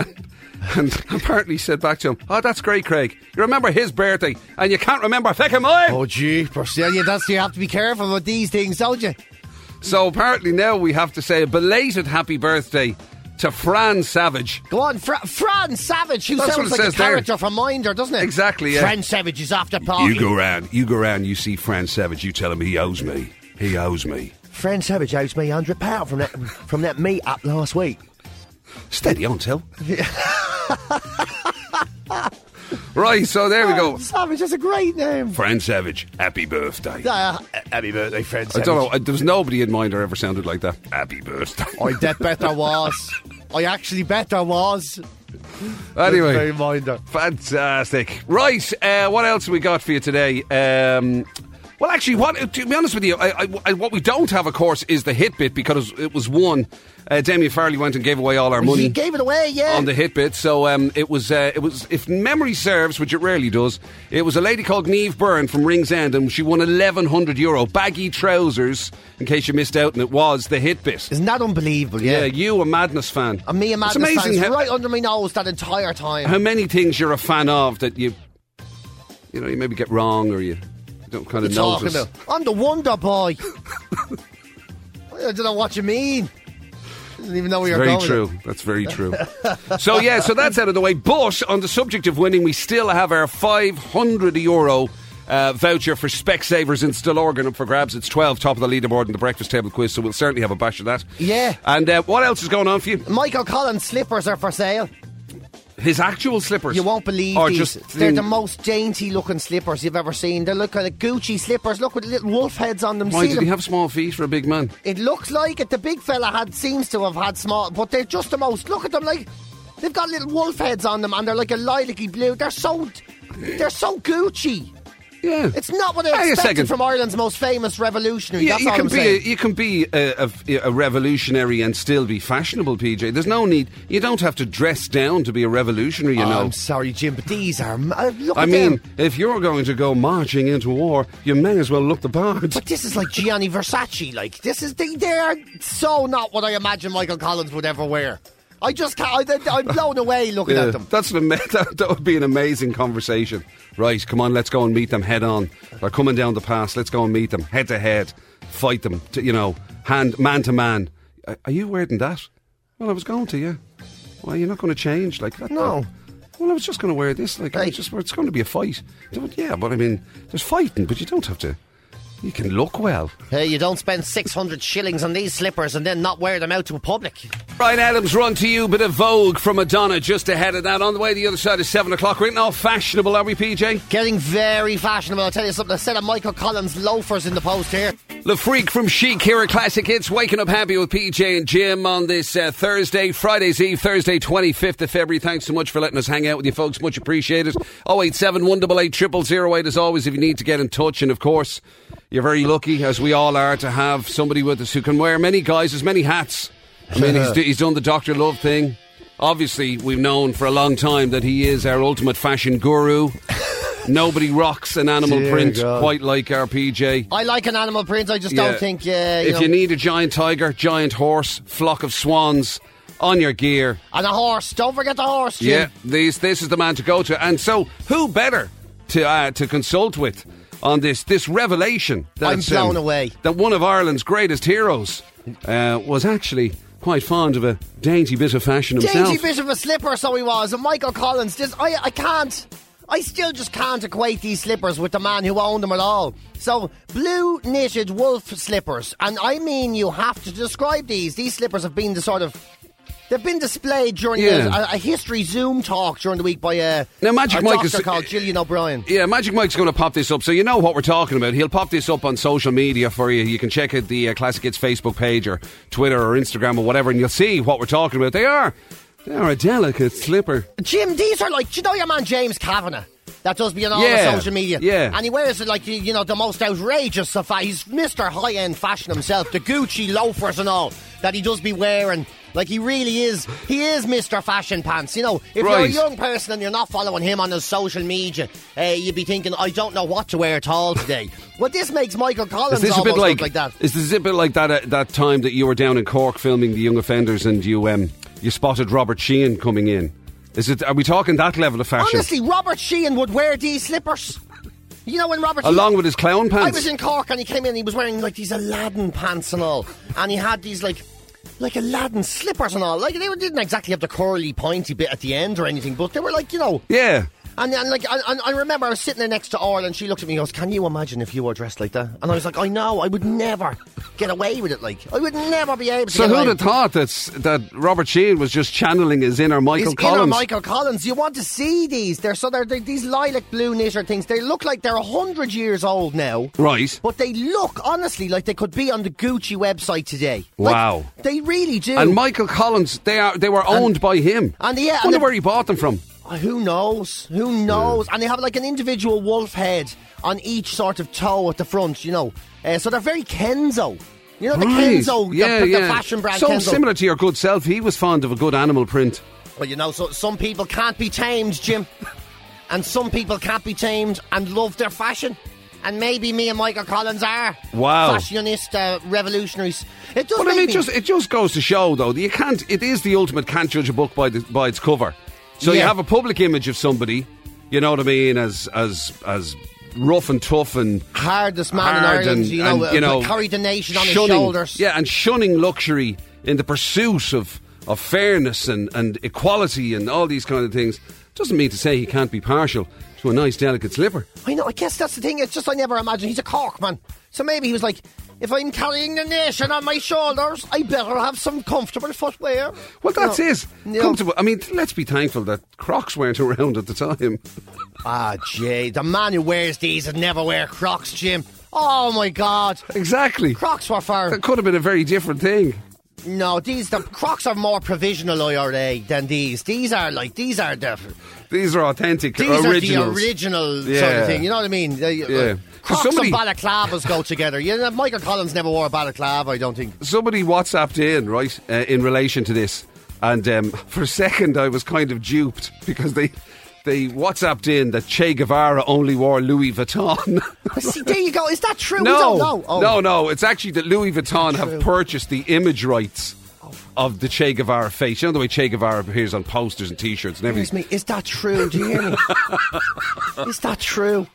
Speaker 1: and apparently said back to him, Oh, that's great, Craig. You remember his birthday and you can't remember fucking mine.
Speaker 2: Oh, jeepers. Yeah, yeah, that's, you have to be careful with these things, don't you?
Speaker 1: So apparently now we have to say a belated happy birthday to Fran Savage.
Speaker 2: Go on, Fra- Fran Savage, who
Speaker 1: That's what it
Speaker 2: sounds like a
Speaker 1: says there.
Speaker 2: character from Minder, doesn't it?
Speaker 1: Exactly, yeah.
Speaker 2: Fran Savage is after party.
Speaker 1: You go round, you go round, you see Fran Savage, you tell him he owes me. He owes me.
Speaker 2: Fran Savage owes me hundred pound from that from that meet up last week.
Speaker 1: Steady on, Till. right, so there we go.
Speaker 2: Savage, that's a great name.
Speaker 1: Fran Savage, happy birthday.
Speaker 2: Uh, happy birthday, Fran
Speaker 1: I
Speaker 2: Savage.
Speaker 1: don't know, I- there was nobody in mind who ever sounded like that. Happy birthday.
Speaker 2: I bet bet there was. I actually bet there was. Very
Speaker 1: anyway,
Speaker 2: Minder.
Speaker 1: fantastic. Right, uh, what else we got for you today? Um, well, actually, what to be honest with you, I, I, I- what we don't have, of course, is the hit bit because it was one. Uh, Damien Farley went and gave away all our money.
Speaker 2: He gave it away, yeah.
Speaker 1: on the hit bit. So um, it was uh, it was if memory serves, which it rarely does. It was a lady called Neve Byrne from Rings End, and she won eleven hundred euro baggy trousers. In case you missed out, and it was the hit bit.
Speaker 2: Isn't that unbelievable?
Speaker 1: yeah.
Speaker 2: Yeah.
Speaker 1: you a Madness fan?
Speaker 2: And me and
Speaker 1: It's
Speaker 2: Madness
Speaker 1: amazing how,
Speaker 2: fans right under my nose that entire time.
Speaker 1: how many things you're a fan of that you you know you maybe get wrong or you don't kind
Speaker 2: you
Speaker 1: of
Speaker 2: talking
Speaker 1: notice.
Speaker 2: about? I'm the Wonder Boy. I don't know what you mean. I didn't even know where you're
Speaker 1: Very
Speaker 2: going. with
Speaker 1: true.
Speaker 2: it.
Speaker 1: That's very true. so yeah, so that's out of the way. But on the subject of winning, we still have our 500 euro. Uh, voucher for Specsavers in Stillorgan up for grabs. It's 12, top of the leaderboard in the breakfast table quiz, so we'll certainly have a bash at that.
Speaker 2: Yeah.
Speaker 1: And uh, what else is going on for you?
Speaker 2: Michael Collins slippers are for sale.
Speaker 1: His actual slippers.
Speaker 2: You won't believe
Speaker 1: Or
Speaker 2: these.
Speaker 1: just
Speaker 2: They're
Speaker 1: thin-
Speaker 2: the most dainty looking slippers you've ever seen. They look kind of Gucci slippers. Look with little wolf heads on them.
Speaker 1: Why
Speaker 2: See
Speaker 1: did
Speaker 2: them?
Speaker 1: he have small feet for a big man?
Speaker 2: It looks like it. The big fella had seems to have had small, but they're just the most. Look at them, like they've got little wolf heads on them, and they're like a lilac-y blue. They're so, they're so Gucci.
Speaker 1: Yeah.
Speaker 2: It's not what I
Speaker 1: Hang a
Speaker 2: expected
Speaker 1: second.
Speaker 2: from Ireland's most famous revolutionary.
Speaker 1: Yeah,
Speaker 2: That's
Speaker 1: you
Speaker 2: all
Speaker 1: can,
Speaker 2: I'm
Speaker 1: be a,
Speaker 2: saying.
Speaker 1: you can be a, a- a revolutionary and still be fashionable, PJ. There's no need. You don't have to dress down to be a revolutionary, you
Speaker 2: Oh,
Speaker 1: know.
Speaker 2: I'm sorry, Jim, but these are. Uh, look
Speaker 1: I
Speaker 2: at
Speaker 1: mean,
Speaker 2: them.
Speaker 1: if you're going to go marching into war, you may as well look the part.
Speaker 2: But this is like Gianni Versace. Like this is they, they are so not what I imagine Michael Collins would ever wear. I just can't. I, am blown away looking
Speaker 1: Yeah,
Speaker 2: at them.
Speaker 1: that's an ama- that, that would be an amazing conversation. Right, come on, let's go and meet them head on. They're coming down the pass. Let's go and meet them head to head, fight them. To, you know, hand man to man. Are are you wearing that? Well, I was going to. Yeah. Well, you're not going to change like that.
Speaker 2: No.
Speaker 1: Well, I was just going to wear this. Like, I
Speaker 2: Hey.
Speaker 1: was just it's going to be a fight. Yeah, but I mean, there's fighting, but you don't have to. You can look well.
Speaker 2: Hey, you don't spend six hundred shillings on these slippers and then not wear them out to public.
Speaker 1: Brian Adams, run to you, bit of Vogue from Madonna just ahead of that. On the way, the other side is 7 o'clock. We're getting all fashionable, are we, PJ?
Speaker 2: Getting very fashionable. I'll tell you something. A set of Michael Collins loafers in the post here.
Speaker 1: The Freak from Chic here at Classic Hits, waking up happy with PJ and Jim on this uh, Thursday, Friday's Eve, Thursday, 25th of February. Thanks so much for letting us hang out with you folks. Much appreciated. Oh, 087 188 0008 as always if you need to get in touch. And of course, you're very lucky, as we all are, to have somebody with us who can wear many guys as many hats. I mean, he's, he's done the Dr. Love thing. Obviously, we've known for a long time that he is our ultimate fashion guru. Nobody rocks an animal
Speaker 2: Dear
Speaker 1: print
Speaker 2: God.
Speaker 1: quite like our PJ.
Speaker 2: I like an animal print. I just
Speaker 1: Yeah.
Speaker 2: don't think. Yeah, you
Speaker 1: if
Speaker 2: know,
Speaker 1: you need a giant tiger, giant horse, flock of swans on your gear,
Speaker 2: and a horse. Don't forget the horse. Jim.
Speaker 1: yeah, these this is the man to go to. And so, who better to uh, to consult with on this this revelation? That um,
Speaker 2: I'm blown away.
Speaker 1: That one of Ireland's greatest heroes uh, was actually quite fond of a dainty bit of fashion himself.
Speaker 2: Dainty bit of a slipper, so he was. And Michael Collins, this I I can't. I still just can't equate these slippers with the man who owned them at all. So, blue knitted wolf slippers, and I mean you have to describe these. These slippers have been the sort of they've been displayed during
Speaker 1: Yeah.
Speaker 2: the- a, a history Zoom talk during the week by a,
Speaker 1: Now, Magic
Speaker 2: a
Speaker 1: Mike
Speaker 2: doctor
Speaker 1: is-
Speaker 2: called Gillian O'Brien.
Speaker 1: Yeah, Magic Mike's going to pop this up, so you know what we're talking about. He'll pop this up on social media for you. You can check out the uh, Classic Hits Facebook page or Twitter or Instagram or whatever, and you'll see what we're talking about. They are They're a delicate slipper.
Speaker 2: Jim, these are like, do you know your man James Kavanagh? That does be on all
Speaker 1: Yeah,
Speaker 2: the social media.
Speaker 1: yeah.
Speaker 2: And he wears it like, you you know, the most outrageous of fa- He's Mr. High End Fashion himself. The Gucci loafers and all that he does be wearing. Like, he really is. He is Mr. Fashion Pants. You know, if you're a
Speaker 1: Right.
Speaker 2: young person and you're not following him on his social media, uh, you'd be thinking, I don't know what to wear at all today. well, this makes Michael Collins
Speaker 1: Is this a
Speaker 2: almost
Speaker 1: bit like,
Speaker 2: look like that.
Speaker 1: Is this a bit like that uh, that time that you were down in Cork filming the Young Offenders and you um you spotted Robert Sheehan coming in? Is it? Are we talking that level of fashion?
Speaker 2: Honestly, Robert Sheehan would wear these slippers. You know when Robert Sheehan-
Speaker 1: along with his clown
Speaker 2: I
Speaker 1: pants.
Speaker 2: was in Cork and he came in and he was wearing like these Aladdin pants and all. And he had these like like Aladdin slippers and all. Like they were- didn't exactly have the curly pointy bit at the end or anything, but they were like, you know.
Speaker 1: yeah.
Speaker 2: And, and like and, and I remember I was sitting there next to Orl and she looked at me and goes, Can you imagine if you were dressed like that? And I was like, I know, I would never get away with it like I would never be able to
Speaker 1: So
Speaker 2: get away
Speaker 1: who'd
Speaker 2: with
Speaker 1: have thought that that Robert Sheehan was just channeling his inner Michael
Speaker 2: His
Speaker 1: Collins?
Speaker 2: inner Michael Collins. You want to see these? They're so they're, they're these lilac blue knitted things. They look like they're hundred years old now.
Speaker 1: Right.
Speaker 2: But they look honestly like they could be on the Gucci website today. Like,
Speaker 1: Wow.
Speaker 2: they really do.
Speaker 1: and Michael Collins, they are they were owned by him.
Speaker 2: and yeah, and
Speaker 1: wonder
Speaker 2: the-
Speaker 1: where he bought them from.
Speaker 2: Who knows? Who knows? And they have like an individual wolf head on each sort of toe at the front. You know, uh, so they're very Kenzo. You know the
Speaker 1: Right.
Speaker 2: Kenzo, the-
Speaker 1: yeah,
Speaker 2: the, the
Speaker 1: yeah.
Speaker 2: fashion brand.
Speaker 1: so
Speaker 2: Kenzo.
Speaker 1: similar to your good self, he was fond of a good animal print.
Speaker 2: Well, you know, so, some people can't be tamed, Jim. And some people can't be tamed and love their fashion. And maybe me and Michael Collins are
Speaker 1: Wow.
Speaker 2: fashionist uh, revolutionaries. It does
Speaker 1: But
Speaker 2: make
Speaker 1: I mean,
Speaker 2: me-
Speaker 1: just it just goes to show, though, that you can't. It is the ultimate can't judge a book by the, by its cover. So you
Speaker 2: Yeah.
Speaker 1: have a public image of somebody, you know what I mean, as as as rough and tough and
Speaker 2: hardest man in
Speaker 1: hard
Speaker 2: Ireland,
Speaker 1: and,
Speaker 2: you know,
Speaker 1: and, you know,
Speaker 2: carried the nation on
Speaker 1: shunning-
Speaker 2: his shoulders.
Speaker 1: Yeah, and shunning luxury in the pursuit of of fairness and and equality and all these kind of things. Doesn't mean to say he can't be partial to a nice delicate slipper.
Speaker 2: I know, I guess that's the thing. It's just I never imagined he's a Cork man. So maybe he was like, if I'm carrying the nation on my shoulders, I better have some comfortable footwear.
Speaker 1: Well, that's
Speaker 2: You know,
Speaker 1: it.
Speaker 2: you know.
Speaker 1: Comfortable. I mean, let's be thankful that Crocs weren't around at the time.
Speaker 2: Ah, Jay, the man who wears these and never wear Crocs, Jim. Oh my God,
Speaker 1: Exactly.
Speaker 2: Crocs were for
Speaker 1: That could have been a very different thing.
Speaker 2: no. These the Crocs are more provisional IRA than these. These are like these are the
Speaker 1: These are authentic
Speaker 2: these
Speaker 1: originals.
Speaker 2: are the original sort
Speaker 1: Yeah.
Speaker 2: of thing. You know what I mean? They- uh,
Speaker 1: Yeah.
Speaker 2: Crocs
Speaker 1: Somebody-
Speaker 2: and balaclavas go together. You know, Michael Collins never wore a balaclava. I don't think.
Speaker 1: Somebody WhatsApped in, right, uh, in relation to this. And um, for a second, I was kind of duped because they they WhatsApped in that Che Guevara only wore Louis Vuitton.
Speaker 2: See, there you go. Is that true? Oh, we
Speaker 1: no,
Speaker 2: don't know. Oh.
Speaker 1: no, no. It's actually that Louis Vuitton have
Speaker 2: true. Oh.
Speaker 1: purchased the image rights of the Che Guevara face. You know the way Che Guevara appears on posters and T-shirts and everything.
Speaker 2: Excuse me. Is that true? Do you hear me? is that true?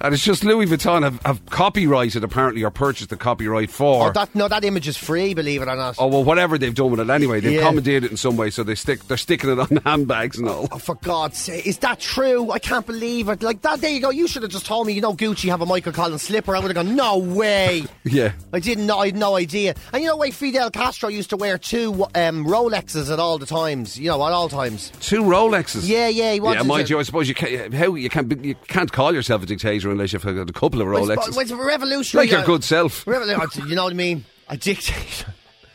Speaker 1: And it's just Louis Vuitton have, have copyrighted apparently or purchased the copyright for.
Speaker 2: Oh, that no, that image is free. Believe it or not.
Speaker 1: Oh well, whatever they've done with it anyway, they've
Speaker 2: Yeah.
Speaker 1: commandeered it in some way, so they stick they're sticking it on handbags and all.
Speaker 2: Oh, for God's sake, is that true? I can't believe it. Like that, there you go. You should have just told me, you know, Gucci have a Michael Collins slipper. I would have gone, no way.
Speaker 1: Yeah.
Speaker 2: I didn't know, I had no idea. And you know, why Fidel Castro used to wear two um, Rolexes at all the times, you know, at all times.
Speaker 1: Two Rolexes.
Speaker 2: Yeah, yeah, he wanted
Speaker 1: yeah. Mind
Speaker 2: to-
Speaker 1: you, I suppose you can't. How you can't be- you can't call yourself a dictator unless you've had a couple of
Speaker 2: It's-
Speaker 1: Rolexes.
Speaker 2: It's, revolutionary.
Speaker 1: like your
Speaker 2: uh,
Speaker 1: good self.
Speaker 2: Revolu- uh, you know what I mean? A dictator.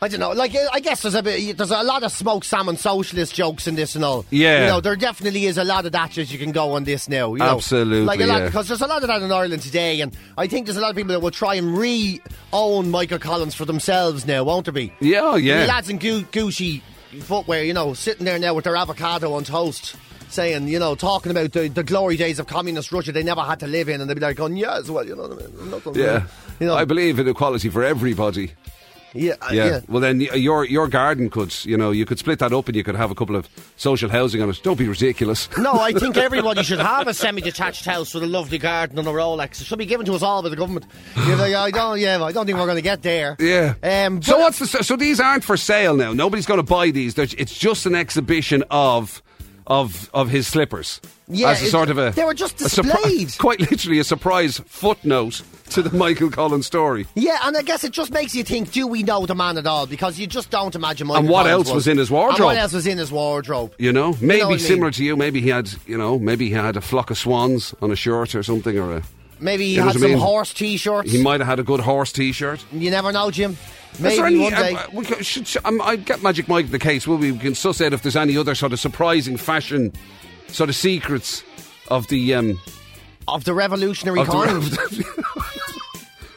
Speaker 2: I don't know. Like, uh, I guess there's a bit, there's a lot of smoked salmon socialist jokes in this and all.
Speaker 1: Yeah.
Speaker 2: you know, there definitely is a lot of that as you can go on this now. You know?
Speaker 1: Absolutely,
Speaker 2: like a lot
Speaker 1: yeah.
Speaker 2: because there's a lot of that in Ireland today, and I think there's a lot of people that will try and re-own Michael Collins for themselves now, won't there be?
Speaker 1: Yeah, oh, yeah.
Speaker 2: The lads in Gu- Gucci footwear, you know, sitting there now with their avocado on toast. Saying, you know, talking about the, the glory days of communist Russia they never had to live in, and they'd be like, going, yes, well, you know what I mean? Nothing
Speaker 1: Yeah.
Speaker 2: you know,
Speaker 1: I believe in equality for everybody.
Speaker 2: yeah, uh,
Speaker 1: Yeah.
Speaker 2: yeah.
Speaker 1: Well, then y- your your garden could you know you could split that up and you could have a couple of social housing on it. Don't be ridiculous.
Speaker 2: No, I think everybody should have a semi-detached house with a lovely garden and a Rolex. It should be given to us all by the government. You're like, I don't, yeah, I don't think we're going to get there.
Speaker 1: Yeah.
Speaker 2: Um,
Speaker 1: so
Speaker 2: but-
Speaker 1: what's the so these aren't for sale now. Nobody's going to buy these. They're- It's just an exhibition of of of his slippers.
Speaker 2: Yeah,
Speaker 1: as a
Speaker 2: it-
Speaker 1: sort of a
Speaker 2: they were just
Speaker 1: a surpri-
Speaker 2: displayed.
Speaker 1: quite literally a surprise footnote to the Michael Collins story.
Speaker 2: Yeah, and I guess it just makes you think: Do we know the man at all? Because you just don't imagine. Michael
Speaker 1: And what
Speaker 2: Collins
Speaker 1: else was in his wardrobe?
Speaker 2: And what else was in his wardrobe?
Speaker 1: You know, maybe
Speaker 2: what I mean.
Speaker 1: similar to you. Maybe he had you know maybe he had a flock of swans on a shirt or something or a.
Speaker 2: Maybe he
Speaker 1: You know
Speaker 2: had
Speaker 1: what I
Speaker 2: some
Speaker 1: mean?
Speaker 2: horse T-shirts.
Speaker 1: He might have had a good horse T-shirt.
Speaker 2: you never know, Jim.
Speaker 1: Is
Speaker 2: Maybe
Speaker 1: there any-
Speaker 2: one day.
Speaker 1: uh, we could- should, should- um, I'd get Magic Mike the case, will we? We can suss out if there's any other sort of surprising fashion sort of secrets of the um,
Speaker 2: of the revolutionary
Speaker 1: of the
Speaker 2: kind.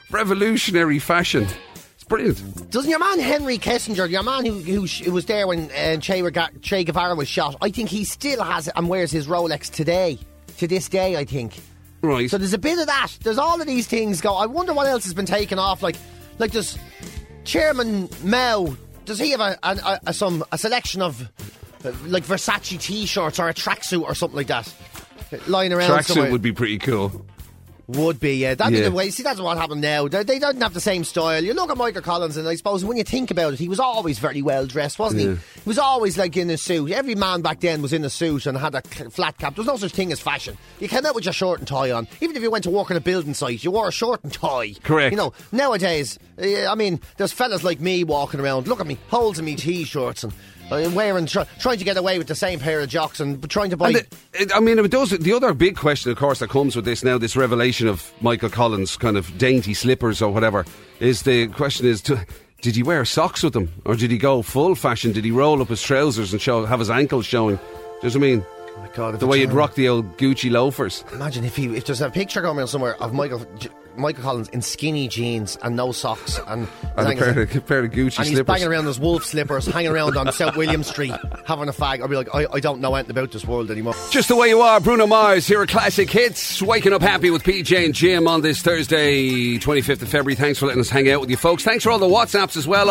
Speaker 1: revolutionary fashion. It's brilliant.
Speaker 2: Doesn't your man Henry Kissinger, your man who who, sh- who was there when uh, che, Rega- che Guevara was shot, I think he still has it and wears his Rolex today, to this day, I think.
Speaker 1: Right.
Speaker 2: So there's a bit of that. There's all of these things go. I wonder what else has been taken off. Like, like does Chairman Mao? Does he have a, an- a, a some a selection of uh, like Versace t-shirts or a tracksuit or something like that? Lying around somewhere?
Speaker 1: Tracksuit would be pretty cool.
Speaker 2: Would be, yeah. That'd
Speaker 1: Yeah.
Speaker 2: be the way. See, that's what happened now. They, they don't have the same style. You look at Michael Collins, and I suppose when you think about it, he was always very well dressed, wasn't
Speaker 1: Yeah.
Speaker 2: he? He was always like in a suit. Every man back then was in a suit and had a c- flat cap. There's no such thing as fashion. You came out with your shirt and tie on. Even if you went to work on a building site, you wore a shirt and tie.
Speaker 1: Correct.
Speaker 2: You know, nowadays, eh, I mean, there's fellas like me walking around. Look at me, holes in me t shirts and. uh, Wearing, try, trying to get away with the same pair of jocks and trying to buy.
Speaker 1: And the- it- I mean, it does, the other big question, of course, that comes with this now, this revelation of Michael Collins' kind of dainty slippers or whatever, is the question is, to, did he wear socks with them, or did he go full fashion? Did he roll up his trousers and show have his ankles showing? Does I mean?
Speaker 2: Oh my God, if
Speaker 1: the
Speaker 2: it's
Speaker 1: way you'd
Speaker 2: true.
Speaker 1: rock the old Gucci loafers.
Speaker 2: Imagine if he if there's a picture going around somewhere of Michael J- Michael Collins in skinny jeans and no socks and
Speaker 1: And a
Speaker 2: hanging-
Speaker 1: pair, of, a pair of Gucci
Speaker 2: and he's
Speaker 1: slippers.
Speaker 2: banging around his wolf slippers, hanging around on South William Street, having a fag. I'd be like, I, I don't know anything about this world anymore.
Speaker 1: Just the way you are, Bruno Mars here at Classic Hits. Waking up happy with PJ and Jim on this Thursday, 25th of February. Thanks for letting us hang out with you folks. Thanks for all the WhatsApps as well,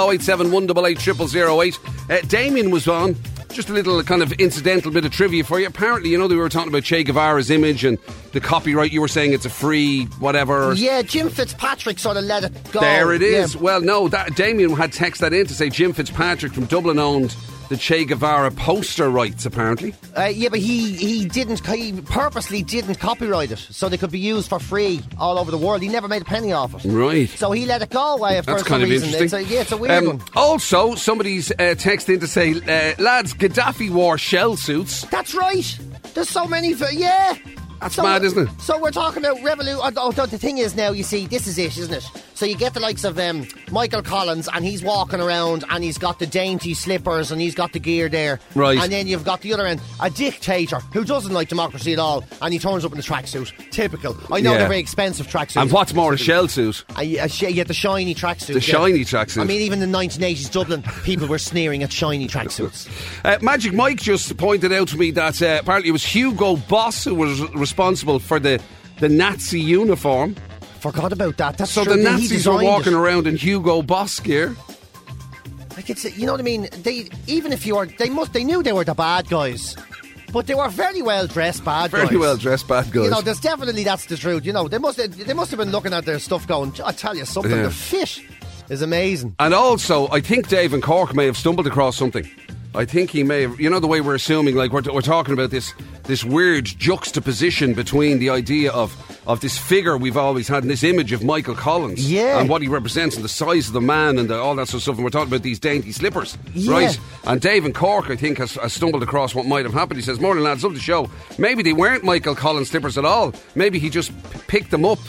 Speaker 1: 087-188-0008. Uh, Damien was on. Just a little kind of incidental bit of trivia for you. Apparently, you know, they were talking about Che Guevara's image and the copyright. You were saying it's a free whatever.
Speaker 2: Yeah, Jim Fitzpatrick sort of let it go.
Speaker 1: There it is.
Speaker 2: Yeah.
Speaker 1: Well, no, that Damien had text that in to say Jim Fitzpatrick from Dublin owned the Che Guevara poster rights, apparently.
Speaker 2: Uh, yeah, but he, he didn't, he purposely didn't copyright it, so they could be used for free all over the world. He never made a penny off it.
Speaker 1: Right.
Speaker 2: So he let it go away for
Speaker 1: That's
Speaker 2: some
Speaker 1: kind of
Speaker 2: reason.
Speaker 1: interesting.
Speaker 2: It's a, yeah, it's a weird
Speaker 1: Um,
Speaker 2: one.
Speaker 1: Also, somebody's uh, texted in to say, uh, lads, Gaddafi wore shell suits.
Speaker 2: That's right. There's so many. For, yeah.
Speaker 1: That's
Speaker 2: so,
Speaker 1: mad, isn't it?
Speaker 2: So we're talking about revolution. Oh, the thing is now, you see, this is it, isn't it? So you get the likes of um, Michael Collins, and he's walking around, and he's got the dainty slippers, and he's got the gear there.
Speaker 1: Right.
Speaker 2: And then you've got the other end, a dictator who doesn't like democracy at all, and he turns up in a tracksuit. Typical. I know
Speaker 1: Yeah.
Speaker 2: they're very expensive tracksuits.
Speaker 1: And what's more, a shell suit?
Speaker 2: Uh, yeah, sh- yeah, the shiny tracksuit.
Speaker 1: The
Speaker 2: yeah.
Speaker 1: shiny tracksuit.
Speaker 2: I mean, even in 1980s Dublin, people were sneering at shiny tracksuits.
Speaker 1: Uh, Magic Mike just pointed out to me that uh, apparently it was Hugo Boss who was responsible for the, the Nazi uniform.
Speaker 2: Forgot about that. That's
Speaker 1: So
Speaker 2: true.
Speaker 1: the
Speaker 2: He
Speaker 1: Nazis were
Speaker 2: designed
Speaker 1: walking
Speaker 2: it.
Speaker 1: around in Hugo Boss gear.
Speaker 2: Like it's you know what I mean. They even if you are they must they knew they were the bad guys, but they were very well dressed bad
Speaker 1: Very
Speaker 2: guys.
Speaker 1: well dressed bad guys.
Speaker 2: You know, there's definitely that's the truth. You know, they must they must have been looking at their stuff going. I tell you something,
Speaker 1: Yeah.
Speaker 2: the fish is amazing.
Speaker 1: And also, I think Dave and Cork may have stumbled across something. I think he may have, you know, the way we're assuming, like we're, we're talking about this this weird juxtaposition between the idea of of this figure we've always had and this image of Michael Collins,
Speaker 2: Yeah.
Speaker 1: and what he represents and the size of the man and the, all that sort of stuff. And we're talking about these dainty slippers,
Speaker 2: Yeah.
Speaker 1: right? And Dave and Cork, I think, has, has stumbled across what might have happened. He says, "Morning lads, love the show. Maybe they weren't Michael Collins slippers at all. Maybe he just p- picked them up."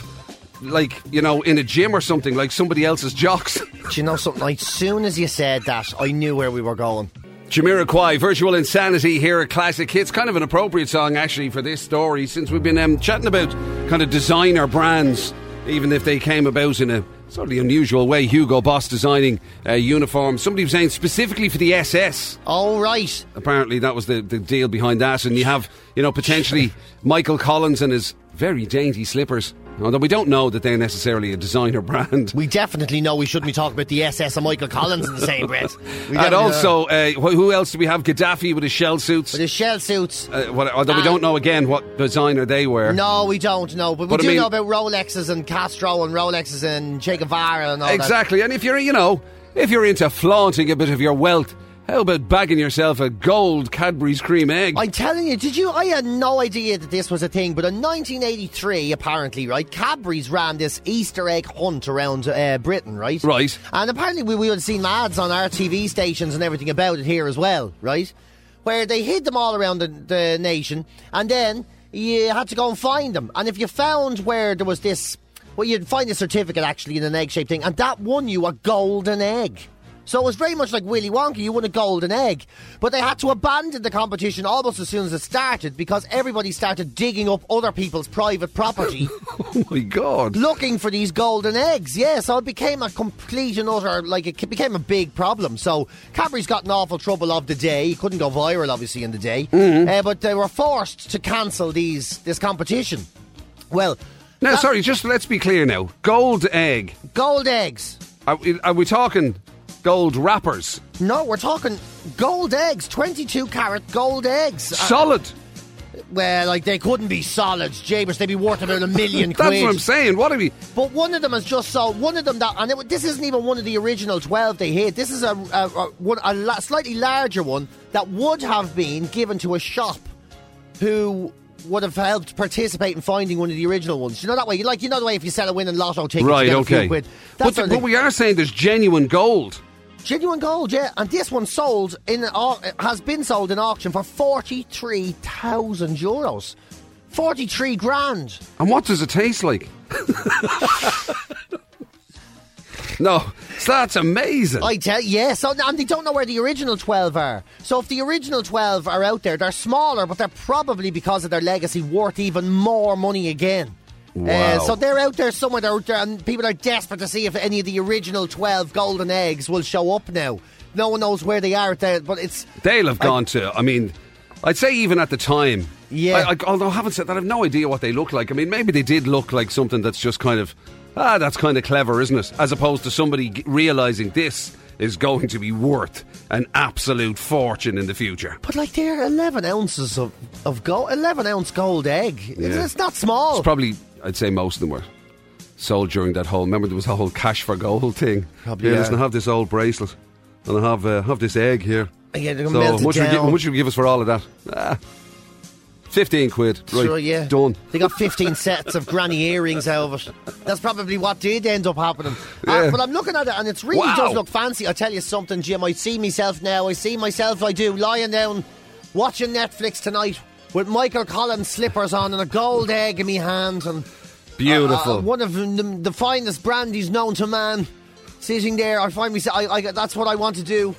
Speaker 1: Like, you know, in a gym or something, like somebody else's jocks.
Speaker 2: Do you know something? As soon as you said that, I knew where we were going.
Speaker 1: Jamiroquai, Virtual Insanity here at Classic Hits. Kind of an appropriate song, actually, for this story, since we've been um, chatting about kind of designer brands, even if they came about in a sort of the unusual way. Hugo Boss designing a uniform. Somebody was saying specifically for the SS.
Speaker 2: All right.
Speaker 1: Apparently, that was the, the deal behind that. And you have, you know, potentially Michael Collins and his very dainty slippers. Although we don't know that they're necessarily a designer brand.
Speaker 2: We definitely know we shouldn't be talking about the SS and Michael Collins in the same breath. We
Speaker 1: and
Speaker 2: definitely know.
Speaker 1: also, uh, wh- who else do we have? Gaddafi with his shell suits.
Speaker 2: But the shell suits.
Speaker 1: Uh, what, although we don't know again what designer they were.
Speaker 2: No, we don't know, but we
Speaker 1: But I
Speaker 2: do
Speaker 1: mean-
Speaker 2: know about Rolexes and Castro and Rolexes and Che Guevara and all that.
Speaker 1: exactly. And if you're, you know, if you're into flaunting a bit of your wealth, how about bagging yourself a gold Cadbury's cream egg?
Speaker 2: I'm telling you, did you? I had no idea that this was a thing, but in 1983, apparently, right, Cadbury's ran this Easter egg hunt around uh, Britain, right?
Speaker 1: Right.
Speaker 2: And apparently, we, we would have seen ads on our TV stations and everything about it here as well, right? Where they hid them all around the, the nation, and then you had to go and find them. And if you found where there was this, well, you'd find a certificate actually in an egg shaped thing, and that won you a golden egg. So it was very much like Willy Wonka, you won a golden egg. But they had to abandon the competition almost as soon as it started because everybody started digging up other people's private property
Speaker 1: Oh my god.
Speaker 2: looking for these golden eggs. Yeah, so it became a complete and utter, like, it became a big problem. So Cadbury's got an awful trouble of the day. He couldn't go viral, obviously, in the day.
Speaker 1: Mm-hmm.
Speaker 2: Uh, but they were forced to cancel these this competition. Well,
Speaker 1: Now, sorry, just let's be clear now. Gold egg.
Speaker 2: gold eggs.
Speaker 1: Are, we- are we talking gold wrappers?
Speaker 2: No, we're talking gold eggs, 22 carat gold eggs. Uh,
Speaker 1: Solid.
Speaker 2: well, like, they couldn't be solids, Jabers. They'd be worth about a million
Speaker 1: That's
Speaker 2: quid.
Speaker 1: what I'm saying. What are we?
Speaker 2: But one of them has just sold. One of them that, and it, this isn't even one of the original twelve they hit. This is a, a, a, one, a la- slightly larger one that would have been given to a shop who would have helped participate in finding one of the original ones. You know that way. You like you know the way if you sell a win and lotto ticket, you
Speaker 1: Right,
Speaker 2: get a
Speaker 1: okay.
Speaker 2: few quid. That
Speaker 1: But,
Speaker 2: sort of
Speaker 1: but
Speaker 2: thing.
Speaker 1: we are saying there's genuine gold.
Speaker 2: genuine gold, yeah. And this one sold in an au- has been sold in auction for forty three thousand euros, forty three grand.
Speaker 1: And what does it taste like? no, so that's amazing.
Speaker 2: I tell yeah, so and they don't know where the original twelve are. So if the original twelve are out there, they're smaller, but they're probably because of their legacy worth even more money again. Uh,
Speaker 1: Wow.
Speaker 2: so they're out there somewhere, they're out there, and people are desperate to see if any of the original twelve golden eggs will show up now. No one knows where they are, out there, but it's
Speaker 1: They'll have gone to. I mean, I'd say even at the time.
Speaker 2: Yeah.
Speaker 1: I, I, although having said that, I've no idea what they look like. I mean, maybe they did look like something that's just kind of ah, that's kind of clever, isn't it? As opposed to somebody g- realizing this is going to be worth an absolute fortune in the future.
Speaker 2: but like they're eleven ounces of of gold, eleven ounce gold egg. It's,
Speaker 1: Yeah.
Speaker 2: it's not small.
Speaker 1: It's probably, I'd say most of them were sold during that whole. Remember, there was a whole cash for gold thing.
Speaker 2: Probably,
Speaker 1: yeah,
Speaker 2: yeah.
Speaker 1: listen, I have this old bracelet, and I have uh, have this egg here.
Speaker 2: Yeah, they're
Speaker 1: so
Speaker 2: gonna melt it
Speaker 1: much you, gi-
Speaker 2: down.
Speaker 1: much you give us for all of that? Ah, Fifteen quid, right?
Speaker 2: Sure, yeah.
Speaker 1: Done.
Speaker 2: They got 15 sets of granny earrings out of it. That's probably what did end up happening. Uh,
Speaker 1: Yeah.
Speaker 2: but I'm looking at it and it really
Speaker 1: Wow.
Speaker 2: does look fancy. I tell you something, Jim. I see myself now. I see myself, I do, lying down, watching Netflix tonight with Michael Collins slippers on and a gold egg in my hand and
Speaker 1: Beautiful.
Speaker 2: uh, one of the, the finest brandies known to man. Sitting there, I find myself. I, I, that's what I want to do.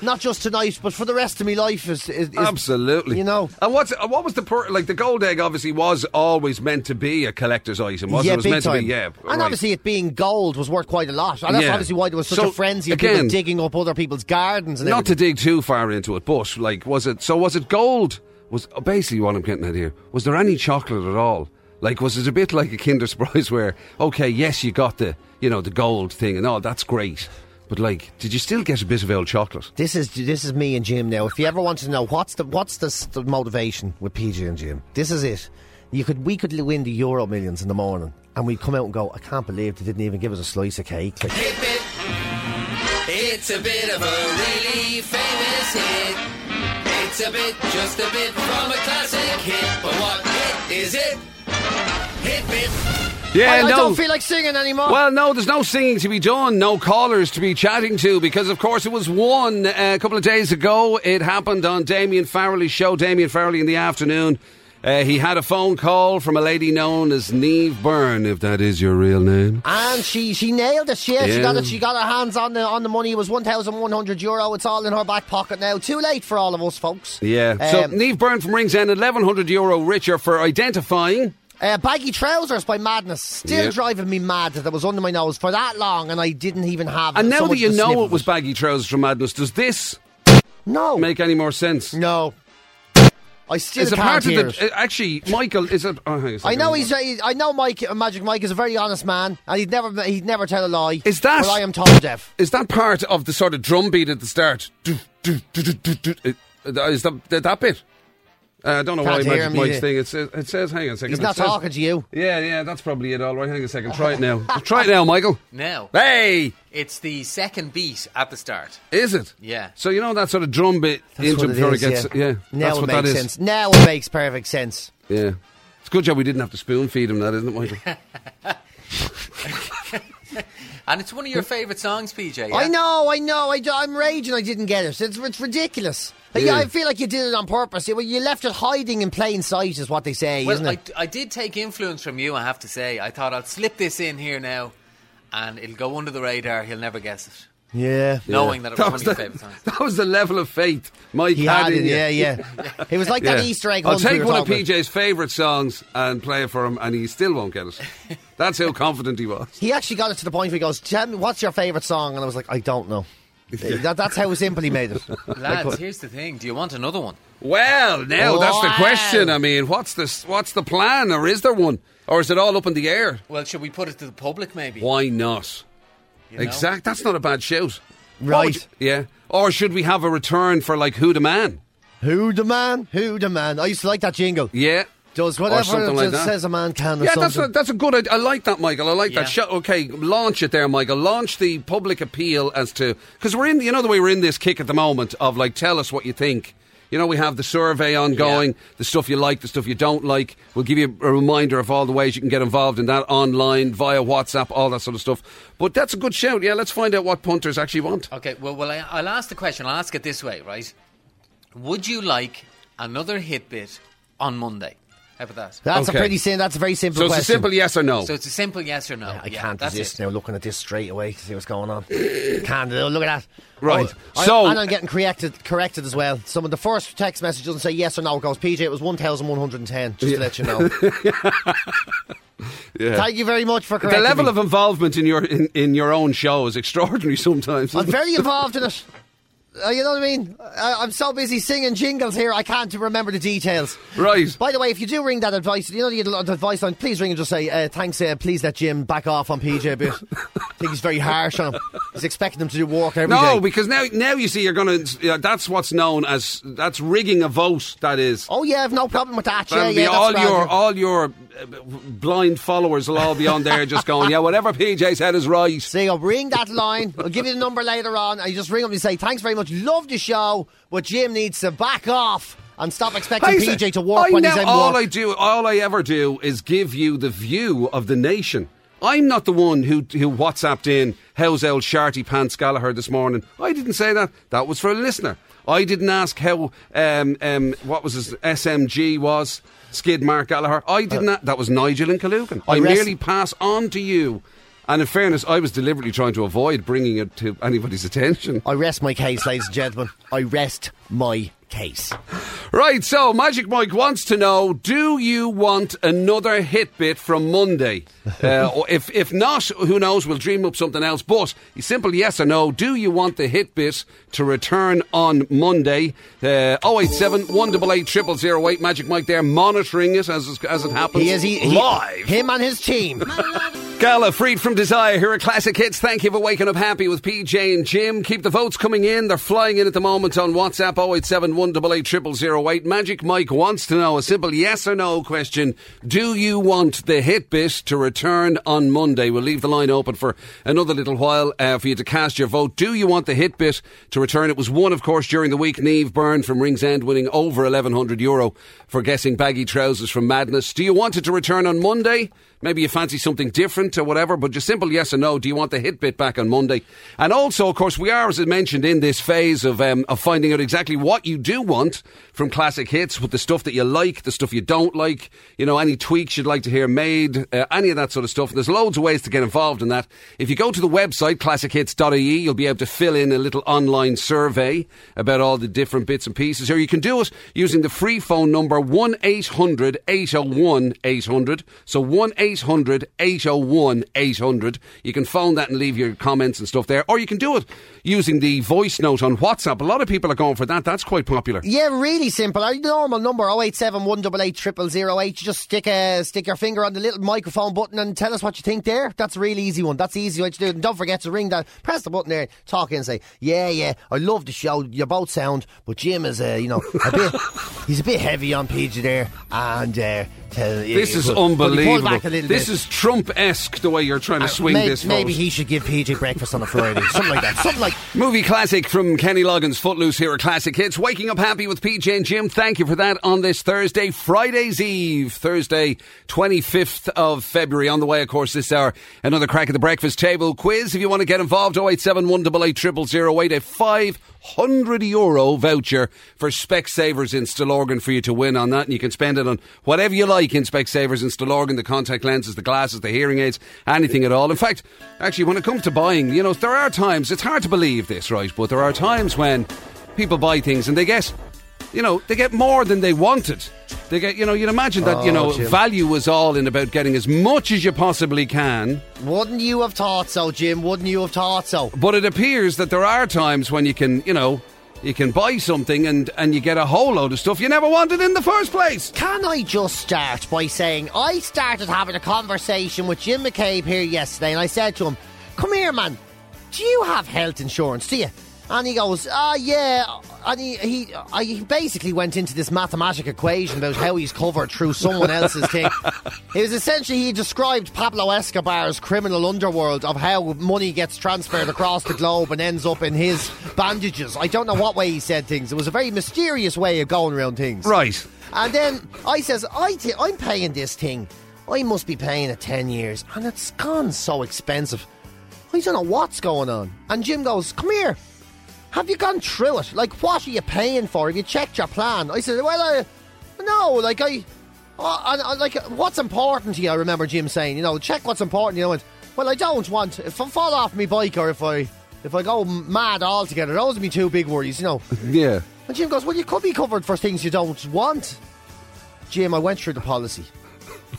Speaker 2: Not just tonight, but for the rest of my life. Is, is, is
Speaker 1: Absolutely.
Speaker 2: You know,
Speaker 1: And what's uh, what was the per- like the gold egg obviously was always meant to be a collector's item, wasn't it?
Speaker 2: yeah,
Speaker 1: it? was
Speaker 2: big
Speaker 1: meant
Speaker 2: time.
Speaker 1: to be, yeah.
Speaker 2: and
Speaker 1: right.
Speaker 2: obviously it being gold was worth quite a lot. And that's
Speaker 1: Yeah.
Speaker 2: obviously why there was such
Speaker 1: So,
Speaker 2: a frenzy of
Speaker 1: again-
Speaker 2: people digging up other people's gardens and
Speaker 1: Not to
Speaker 2: everything.
Speaker 1: dig too far into it, but like, was it? So was it gold? Was uh, basically what I'm getting at here. Was there any chocolate at all? Like, was it a bit like a Kinder Surprise where, okay, yes, you got the, you know, the gold thing and all, that's great, but like, did you still get a bit of old chocolate?
Speaker 2: This is this is me and Jim now. If you ever want to know what's the what's the, s- the motivation with PJ and Jim, this is it. You could we could win the Euro Millions in the morning, and we'd come out and go, I can't believe they didn't even give us a slice of cake. Like,
Speaker 4: It's a bit of a really famous hit. It's a bit, just a bit from a classic hit. But what hit is it? Hit bit.
Speaker 1: Yeah,
Speaker 2: I, I
Speaker 1: no.
Speaker 2: don't feel like singing anymore.
Speaker 1: Well, no, there's no singing to be done, no callers to be chatting to, because of course it was one uh, a couple of days ago. It happened on Damien Farrelly's show, Damien Farrelly in the afternoon. Uh, he had a phone call from a lady known as Neve Byrne, if that is your real name.
Speaker 2: And she, she nailed it. Yeah, she
Speaker 1: Yeah.
Speaker 2: got it. She got her hands on the on the money. It was one thousand one hundred euro. It's all in her back pocket now. Too late for all of us folks.
Speaker 1: Yeah. so
Speaker 2: Um,
Speaker 1: Neve Byrne from Ringsend, eleven hundred euro richer for identifying.
Speaker 2: Uh, baggy trousers by madness, still
Speaker 1: Yep.
Speaker 2: driving me mad that was under my nose for that long, and I didn't even have.
Speaker 1: And now
Speaker 2: so
Speaker 1: that
Speaker 2: much
Speaker 1: you
Speaker 2: to sniff
Speaker 1: know it
Speaker 2: of
Speaker 1: was baggy trousers from Madness, does this
Speaker 2: no,
Speaker 1: make any more sense?
Speaker 2: no, I still
Speaker 1: Is it
Speaker 2: can't
Speaker 1: part of
Speaker 2: hear
Speaker 1: the?
Speaker 2: it.
Speaker 1: uh, Actually, Michael, is it? Oh, hang on a
Speaker 2: I
Speaker 1: second.
Speaker 2: know he's. he- I know Mike, uh, Magic Mike, is a very honest man, and he'd never, he'd never tell a lie.
Speaker 1: Is that-
Speaker 2: But I am tone deaf.
Speaker 1: Is that part of the sort of drum beat at the start? Do, do, do, do, do, do. It- Is that that, that bit? Uh, I don't know why
Speaker 2: Can't hear
Speaker 1: Magic
Speaker 2: me.
Speaker 1: Mike's thing. It says, it says, hang on a second.
Speaker 2: He's
Speaker 1: it
Speaker 2: not
Speaker 1: says-
Speaker 2: talking to you.
Speaker 1: Yeah, yeah, that's probably it. All right, hang on a second. Try it now. Try it now, Michael.
Speaker 4: Now,
Speaker 1: Hey,
Speaker 4: it's the second beat at the start.
Speaker 1: is it?
Speaker 4: Yeah.
Speaker 1: So you know that sort of drum bit
Speaker 2: That's
Speaker 1: into
Speaker 2: what it
Speaker 1: before
Speaker 2: is,
Speaker 1: it gets yeah.
Speaker 2: now
Speaker 1: that's
Speaker 2: it
Speaker 1: what
Speaker 2: makes
Speaker 1: that is.
Speaker 2: sense. Now it makes perfect sense.
Speaker 1: Yeah. It's a good job we didn't have to spoon feed him that, isn't it, Michael?
Speaker 4: And it's one of your favourite songs, PJ. yeah?
Speaker 2: I know, I know. I, am raging I didn't get it. It's, it's ridiculous. Like,
Speaker 1: Yeah.
Speaker 2: I feel like you did it on purpose. You, well, you left it hiding in plain sight, is what they say,
Speaker 4: Well,
Speaker 2: isn't
Speaker 4: I,
Speaker 2: it?
Speaker 4: I did take influence from you, I have to say. I thought I'll slip this in here now, and it'll go under the radar. He'll never guess it.
Speaker 2: yeah.
Speaker 4: Knowing that it was
Speaker 1: That
Speaker 4: one
Speaker 1: was,
Speaker 4: of your
Speaker 1: the,
Speaker 4: favourite songs.
Speaker 1: that was the level of faith Mike
Speaker 2: He
Speaker 1: had,
Speaker 2: had it,
Speaker 1: in you.
Speaker 2: yeah, yeah. It was like that
Speaker 1: Yeah.
Speaker 2: Easter egg.
Speaker 1: I'll
Speaker 2: hunt we
Speaker 1: take
Speaker 2: were
Speaker 1: one of
Speaker 2: talking about.
Speaker 1: PJ's favourite songs and play it for him, and he still won't get it. That's how confident he was.
Speaker 2: He actually got it to the point where he goes, "Tell me, what's your favourite song?" And I was like, "I don't know." that, that's how simple he made it.
Speaker 4: Lads, here's the thing. Do you want another one?
Speaker 1: Well, now that's the
Speaker 2: Wow.
Speaker 1: question. I mean, what's the what's the plan, or is there one, or is it all up in the air?
Speaker 4: Well, should we put it to the public, maybe?
Speaker 1: Why not?
Speaker 4: You know?
Speaker 1: Exact. That's not a bad shout.
Speaker 2: Right.
Speaker 1: What would you- yeah. Or should we have a return for like who the man?
Speaker 2: Who the man? Who the man? I used to like that jingle.
Speaker 1: Yeah.
Speaker 2: Does
Speaker 1: Or
Speaker 2: whatever
Speaker 1: something
Speaker 2: it
Speaker 1: like that.
Speaker 2: says a man can. Or
Speaker 1: Yeah, that's
Speaker 2: something.
Speaker 1: a, that's a good. idea. I like that, Michael. I like
Speaker 4: Yeah.
Speaker 1: that. Shut. Okay, launch it there, Michael. Launch the public appeal as to because we're in. You know the way we're in this kick at the moment of like, tell us what you think. You know, we have the survey ongoing, the stuff you like, the stuff you don't like. We'll give you a reminder of all the ways you can get involved in that online, via WhatsApp, all that sort of stuff. But that's a good shout. Yeah, let's find out what punters actually want.
Speaker 4: Okay, well, well I, I'll ask the question. I'll ask it this way, right? Would you like another hit bit on Monday? How about that?
Speaker 2: That's
Speaker 1: Okay.
Speaker 2: a pretty sim- That's a very simple
Speaker 1: So it's
Speaker 2: question.
Speaker 1: a simple yes or no.
Speaker 4: So it's a simple yes or no.
Speaker 2: I
Speaker 4: Yeah,
Speaker 2: can't
Speaker 4: that's
Speaker 2: resist
Speaker 4: it.
Speaker 2: now looking at this straight away to see what's going on. can't oh, look at that.
Speaker 1: Right.
Speaker 2: Oh, I-
Speaker 1: So-
Speaker 2: and I'm getting corrected, corrected as well. Some of the first text message doesn't say yes or no. It goes PJ. It was one thousand one hundred and ten. Just to let you know.
Speaker 1: Yeah.
Speaker 2: Thank you very much for
Speaker 1: the
Speaker 2: correcting
Speaker 1: level
Speaker 2: me.
Speaker 1: of involvement in your in, in your own show is extraordinary sometimes.
Speaker 2: I'm
Speaker 1: isn't it?
Speaker 2: very involved in it. Uh, you know what I mean? I, I'm so busy singing jingles here, I can't remember the details.
Speaker 1: Right.
Speaker 2: By the way, if you do ring that advice, you know the ad- advice line, please ring and just say, uh, thanks, uh, please let Jim back off on PJ a bit. I think he's very harsh on him. He's expecting him to do work every day.
Speaker 1: No, because now now you see you're going to. Yeah, that's what's known as that's rigging a vote. That is.
Speaker 2: Oh, yeah, I've no problem with that. Yeah,
Speaker 1: That'll be
Speaker 2: yeah, that's
Speaker 1: all
Speaker 2: grand.
Speaker 1: your all your uh, blind followers will all be on there just going, yeah, whatever PJ said is right.
Speaker 2: So you'll ring that line. I'll give you the number later on. And you just ring up and say, thanks very much. Love the show, but Jim needs to back off and stop expecting
Speaker 1: I say-
Speaker 2: PJ to work
Speaker 1: I
Speaker 2: when
Speaker 1: know,
Speaker 2: he's in
Speaker 1: all
Speaker 2: work.
Speaker 1: I do, all I ever do, is give you the view of the nation. I'm not the one who who WhatsApped in how's old Sharty Pants Gallagher this morning. I didn't say that. That was for a listener. I didn't ask how um, um, what was his SMG was Skid Mark Gallagher. I didn't. a- that was Nigel and Kalugan. I,
Speaker 2: Uh, I rest-
Speaker 1: merely pass on to you. And in fairness, I was deliberately trying to avoid bringing it to anybody's attention.
Speaker 2: I rest my case, ladies and gentlemen. I rest my case.
Speaker 1: Right, so Magic Mike wants to know: Do you want another hit bit from Monday? Uh, or if if not, who knows? We'll dream up something else. But a simple yes or no: Do you want the hit bit to return on Monday? Uh, 087 188 0008. Magic Mike there monitoring it as as it happens.
Speaker 2: He is he, he-
Speaker 1: live.
Speaker 2: Him and his team.
Speaker 1: Gala, freed from desire here at Classic Hits. Thank you for waking up happy with PJ and Jim. Keep the votes coming in. They're flying in at the moment on WhatsApp 087 Magic Mike wants to know a simple yes or no question. Do you want the hit bit to return on Monday? We'll leave the line open for another little while uh, for you to cast your vote. Do you want the hit bit to return? It was one, of course, during the week. Neve Byrne from Rings End winning over 1100 euro for guessing baggy trousers from Madness. Do you want it to return on Monday? Maybe you fancy something different or whatever, but just simple yes or no. Do you want the hit bit back on Monday? And also, of course, we are, as I mentioned, in this phase of, um, of finding out exactly what you do want from classic hits with the stuff that you like, the stuff you don't like, you know, any tweaks you'd like to hear made, uh, any of that sort of stuff. There's loads of ways to get involved in that. If you go to the website, classichits.ie, you'll be able to fill in a little online survey about all the different bits and pieces. Or you can do it using the free phone number 1 800 801 800. So 1 800 801 800. You can phone that and leave your comments and stuff there. Or you can do it using the voice note on WhatsApp. A lot of people are going for that. That's quite popular.
Speaker 2: yeah, really simple. Our normal number 087 188 0008. You Just stick a, stick your finger on the little microphone button and tell us what you think there. That's a real easy one. That's the easy way to do it. And don't forget to ring that. Press the button there, talk in and say, Yeah, yeah, I love the show. You both sound, but Jim is, uh, you know, a bit, he's a bit heavy on PJ there. And uh, tell-
Speaker 1: This is
Speaker 2: but- but he pulled
Speaker 1: unbelievable.
Speaker 2: back a little
Speaker 1: This
Speaker 2: bit. Uh,
Speaker 1: is Trump esque esque the way you're trying to swing
Speaker 2: May-
Speaker 1: this.
Speaker 2: maybe
Speaker 1: vote.
Speaker 2: he should give PJ breakfast on a Friday. Something like that. Something like
Speaker 1: Movie classic from Kenny Loggins, Footloose here at Classic Hits. Waking up happy with PJ and Jim. Thank you for that on this Thursday, Friday's Eve, Thursday, 25th of February. On the way, of course, this hour, another crack at the breakfast table quiz. If you want to get involved, 087 188 008, a 500 euro voucher for Specsavers in Stillorgan for you to win on that. And you can spend it on whatever you like in Specsavers in Stillorgan, the contact lenses, the glasses, the hearing aids, anything at all. In fact, actually, when it comes to buying, you know, there are times, it's hard to believe this, right? But there are times when people buy things and they get, you know, they get more than they wanted. They get, you know, you'd imagine that, you know,
Speaker 2: Jim.
Speaker 1: value was all in about getting as much as you possibly can.
Speaker 2: wouldn't you have thought so, Jim? Wouldn't you have thought so?
Speaker 1: But it appears that there are times when you can, you know, you can buy something and, and you get a whole load of stuff you never wanted in the first place.
Speaker 2: Can I just start by saying I started having a conversation with Jim McCabe here yesterday, and I said to him, "Come here, man. Do you have health insurance? Do you?" And he goes, "Ah, yeah." And he he, I, he basically went into this mathematical equation about how he's covered through someone else's thing. It was essentially he described Pablo Escobar's criminal underworld of how money gets transferred across the globe and ends up in his bandages. I don't know what way he said things. It was a very mysterious way of going around things.
Speaker 1: Right.
Speaker 2: And then I says, I t- I'm paying this thing. I must be paying it 10 years. And it's gone so expensive. I don't know what's going on. And Jim goes, Come here. Have you gone through it? Like, what are you paying for? Have you checked your plan? I said, Well, I. No, like, I. Uh, and, uh, like, what's important to you? I remember Jim saying, You know, check what's important. You know, and, well, I don't want. If I fall off my bike or if I. If I go mad altogether, those are me two big worries, you know.
Speaker 1: Yeah.
Speaker 2: And Jim goes, Well, you could be covered for things you don't want. Jim, I went through the policy.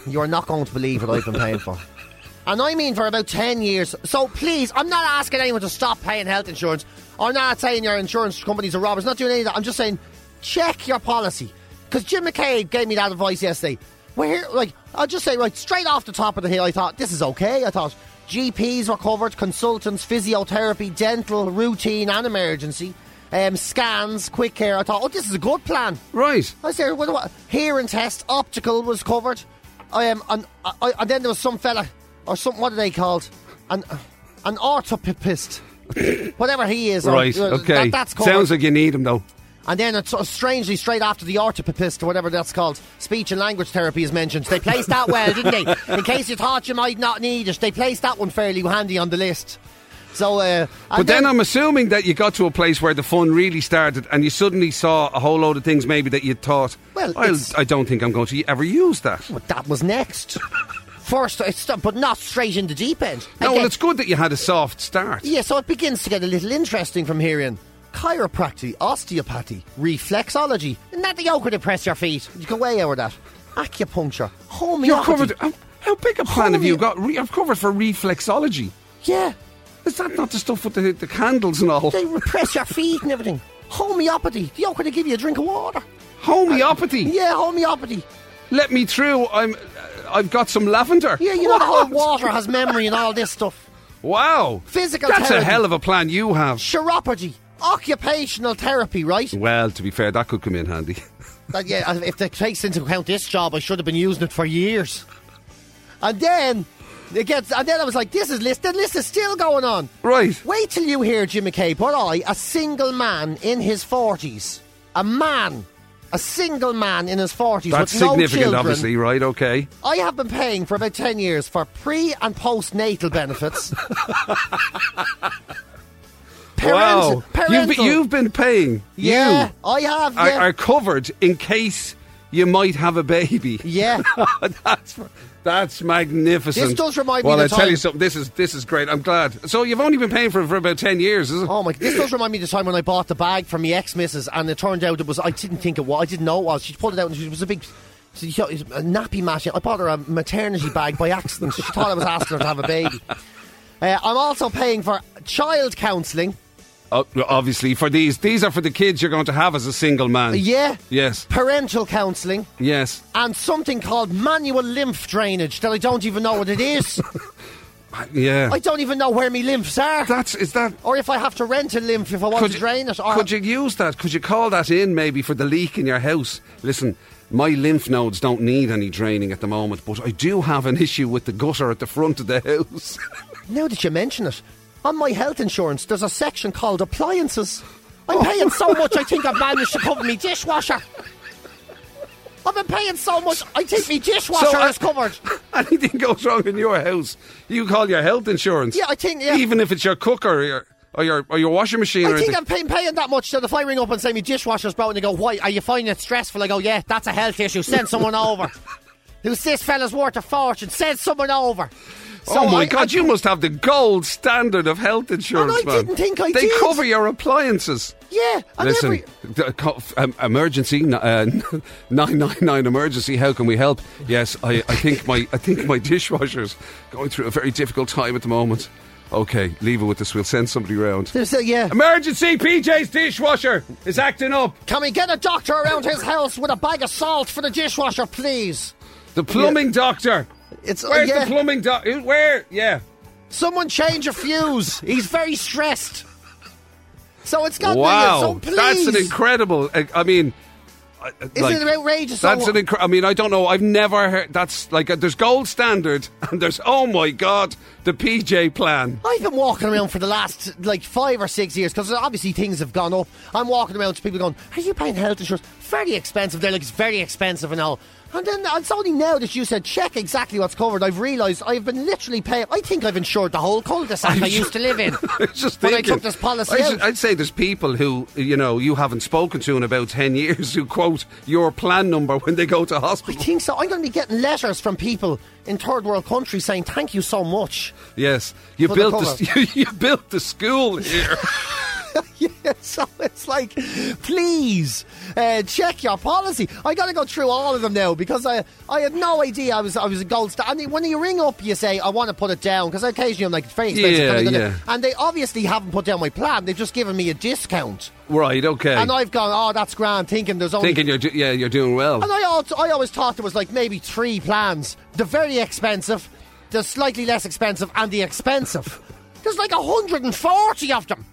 Speaker 2: You're not going to believe what I've been paying for. And I mean for about 10 years. So please, I'm not asking anyone to stop paying health insurance. I'm not saying your insurance companies are robbers. Not doing any of that. I'm just saying, check your policy. Because Jim McCabe gave me that advice yesterday. We're here, like, I'll just say, right, straight off the top of the hill, I thought, this is okay. I thought GPs were covered, consultants, physiotherapy, dental, routine, and emergency. Um, scans, quick care. I thought, oh, this is a good plan.
Speaker 1: Right.
Speaker 2: I said, what, what? Hearing test, optical was covered. I um, and, I, and then there was some fella, or some, what are they called? An, an orthopedist. Whatever he is. or-
Speaker 1: Right.
Speaker 2: uh,
Speaker 1: Okay.
Speaker 2: that- that's covered.
Speaker 1: Sounds like you need them though.
Speaker 2: and then it's sort of strangely straight after the orthopedist, or whatever that's called, speech and language therapy is mentioned. They placed that well, didn't they? In case you thought you might not need it, they placed that one fairly handy on the list. So, uh,
Speaker 1: But then, I'm assuming that you got to a place where the fun really started, and you suddenly saw a whole load of things maybe that you thought,
Speaker 2: Well,
Speaker 1: I'll,
Speaker 2: it's-
Speaker 1: I don't think I'm going to ever use that.
Speaker 2: But that was next. First, it's st- but not straight in the deep end.
Speaker 1: No,
Speaker 2: Again-
Speaker 1: well, it's good that you had a soft start.
Speaker 2: Yeah, so it begins to get a little interesting from here in. Chiropractic, osteopathy, reflexology. Isn't that the yoga to press your feet? You go way over that. Acupuncture, homeopathy.
Speaker 1: You're covered. How, how big a plan have you
Speaker 2: Homeo-
Speaker 1: got? Re- I've covered for reflexology.
Speaker 2: Yeah,
Speaker 1: Is that not the stuff with the, the candles and all?
Speaker 2: they repress your feet and everything. Homeopathy, the yoga to give you a drink of water.
Speaker 1: Homeopathy.
Speaker 2: Yeah, homeopathy.
Speaker 1: Let me through. I'm. I've got some lavender.
Speaker 2: Yeah, you know the whole water has memory and all this stuff.
Speaker 1: Wow.
Speaker 2: Physical
Speaker 1: That's a
Speaker 2: therapy.
Speaker 1: hell of a plan you have.
Speaker 2: Chiropody, occupational therapy, right?
Speaker 1: Well, to be fair, that could come in handy.
Speaker 2: That, yeah, and if that takes into account this job, I should have been using it for years. And then it gets, and then I was like, "This is list. The list is still going on."
Speaker 1: Right.
Speaker 2: Wait till you hear Jim McCabe or I, a single man in his forties, a man, a single man in his forties
Speaker 1: That's
Speaker 2: with no
Speaker 1: significant,
Speaker 2: children.
Speaker 1: obviously, right? Okay.
Speaker 2: I have been paying for about 10 years for pre and postnatal benefits. Parent-
Speaker 1: wow. You've been,
Speaker 2: parental-
Speaker 1: you've been paying.
Speaker 2: yeah,
Speaker 1: You
Speaker 2: I have.
Speaker 1: are,
Speaker 2: Yeah.
Speaker 1: are covered in case you might have a baby.
Speaker 2: yeah.
Speaker 1: that's that's magnificent.
Speaker 2: This does remind me
Speaker 1: well,
Speaker 2: of the
Speaker 1: I tell
Speaker 2: time-
Speaker 1: you something. This is this is great. I'm glad. So you've only been paying for it for about ten years, is it?
Speaker 2: Oh my! This does remind me of the time when I bought the bag from my ex missus, and it turned out it was I didn't think it was. I didn't know it was. She pulled it out, and she- it was a big. She, it was a nappy match. I bought her a maternity bag by accident. She thought I was asking her to have a baby. Uh, I'm also paying for child counselling.
Speaker 1: Oh, obviously, for these these are for the kids you're going to have as a single man.
Speaker 2: Yeah.
Speaker 1: Yes.
Speaker 2: Parental counselling
Speaker 1: Yes.
Speaker 2: and something called manual lymph drainage that I don't even know what it is.
Speaker 1: Yeah.
Speaker 2: I don't even know where my lymphs are,
Speaker 1: that's is that.
Speaker 2: or if I have to rent a lymph if I want to drain it. Or
Speaker 1: could you use that? Could you call that in maybe for the leak in your house? Listen, My lymph nodes don't need any draining at the moment, but I do have an issue with the gutter at the front of the house.
Speaker 2: Now that you mention it, on my health insurance, there's a section called appliances. I'm paying so much, I think I've managed to cover me dishwasher. I've been paying so much, I think me dishwasher
Speaker 1: So uh, I-
Speaker 2: is covered.
Speaker 1: Anything goes wrong in your house, you call your health insurance.
Speaker 2: Yeah, I think, yeah.
Speaker 1: Even if it's your cooker or your, or your, or your washing machine or
Speaker 2: I
Speaker 1: anything.
Speaker 2: think I'm paying, paying that much that if I ring up and say my dishwasher's broken, they go, "Why are you finding it stressful?" I go, "Yeah, that's a health issue. Send someone over." Who's this fella's worth a fortune? Send someone over. So
Speaker 1: oh my
Speaker 2: I-
Speaker 1: God,
Speaker 2: I-
Speaker 1: you must have the gold standard of health insurance,
Speaker 2: And I
Speaker 1: man.
Speaker 2: didn't think I
Speaker 1: they
Speaker 2: did.
Speaker 1: cover your appliances.
Speaker 2: yeah, and
Speaker 1: Listen,
Speaker 2: every,
Speaker 1: d- co- f- um, emergency n- uh, nine nine nine emergency. How can we help? Yes, I, I think my I think my dishwasher's going through a very difficult time at the moment. Okay, leave it with us. We'll send somebody round.
Speaker 2: there's a, yeah.
Speaker 1: Emergency! PJ's dishwasher is acting up.
Speaker 2: Can we get a doctor around his house with a bag of salt for the dishwasher, please?
Speaker 1: The plumbing doctor.
Speaker 2: It's uh,
Speaker 1: Where's
Speaker 2: yeah.
Speaker 1: the plumbing doctor? Where? Yeah.
Speaker 2: Someone change a fuse. He's very stressed. So it's got
Speaker 1: wow,
Speaker 2: me. So please,
Speaker 1: that's an incredible. uh, I, I mean, I-
Speaker 2: Isn't
Speaker 1: like,
Speaker 2: it outrageous?
Speaker 1: That's
Speaker 2: So-
Speaker 1: an incredible. I mean, I don't know. I've never heard. That's like uh there's gold standard, and there's oh my god, the PJ plan.
Speaker 2: I've been walking around for the last like five or six years because obviously things have gone up. I'm walking around to people going, "Are you paying health insurance? Very expensive." They're like, "It's very expensive and all." And then it's only now that you said check exactly what's covered. I've realised I've been literally paying. I think I've insured the whole cul-de-sac I used to live in.
Speaker 1: I was just
Speaker 2: When I
Speaker 1: thinking,
Speaker 2: took this policy
Speaker 1: I should-
Speaker 2: out.
Speaker 1: I'd say there's people who you know you haven't spoken to in about ten years who quote your plan number when they go to
Speaker 2: I
Speaker 1: hospital.
Speaker 2: think so. I'm going to be getting letters from people in third world countries saying thank you so much.
Speaker 1: Yes, you
Speaker 2: For the
Speaker 1: built the, you, you built the school here.
Speaker 2: so it's like, please uh, check your policy. I got to go through all of them now because I I had no idea I was I was a gold star. And when you ring up, you say I want to put it down because occasionally I'm like it's very expensive.
Speaker 1: Yeah,
Speaker 2: Can I go
Speaker 1: yeah.
Speaker 2: down? And they obviously haven't put down my plan. They've just given me a discount,
Speaker 1: right? Okay.
Speaker 2: and I've gone, oh, that's grand. Thinking there's only
Speaker 1: Thinking you're do- yeah you're doing well.
Speaker 2: and I, also, I always thought there was like maybe three plans the very expensive, the slightly less expensive, and the expensive. There's like 140 of them.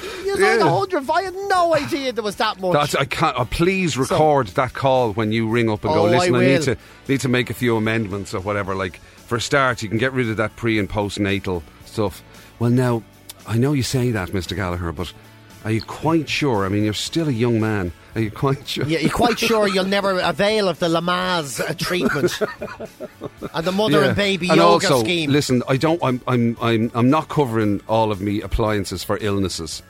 Speaker 2: There's like
Speaker 1: Yeah.
Speaker 2: 100. I had no idea there was that much.
Speaker 1: That's, I can't. Uh, please record that call when you ring up and go.
Speaker 2: Oh, I
Speaker 1: Listen, I, need
Speaker 2: will."
Speaker 1: to need to make a few amendments or whatever. Like for a start, you can get rid of that pre and postnatal stuff. Well, now I know you say that, Mister Gallagher, but are you quite sure? I mean, you're still a young man. Are you quite sure?
Speaker 2: yeah, you're quite sure you'll never avail of the Lamaze uh, treatment and the mother and baby
Speaker 1: And
Speaker 2: yoga
Speaker 1: also,
Speaker 2: scheme.
Speaker 1: listen, I don't. I'm, I'm, I'm, I'm not covering all of me appliances for illnesses.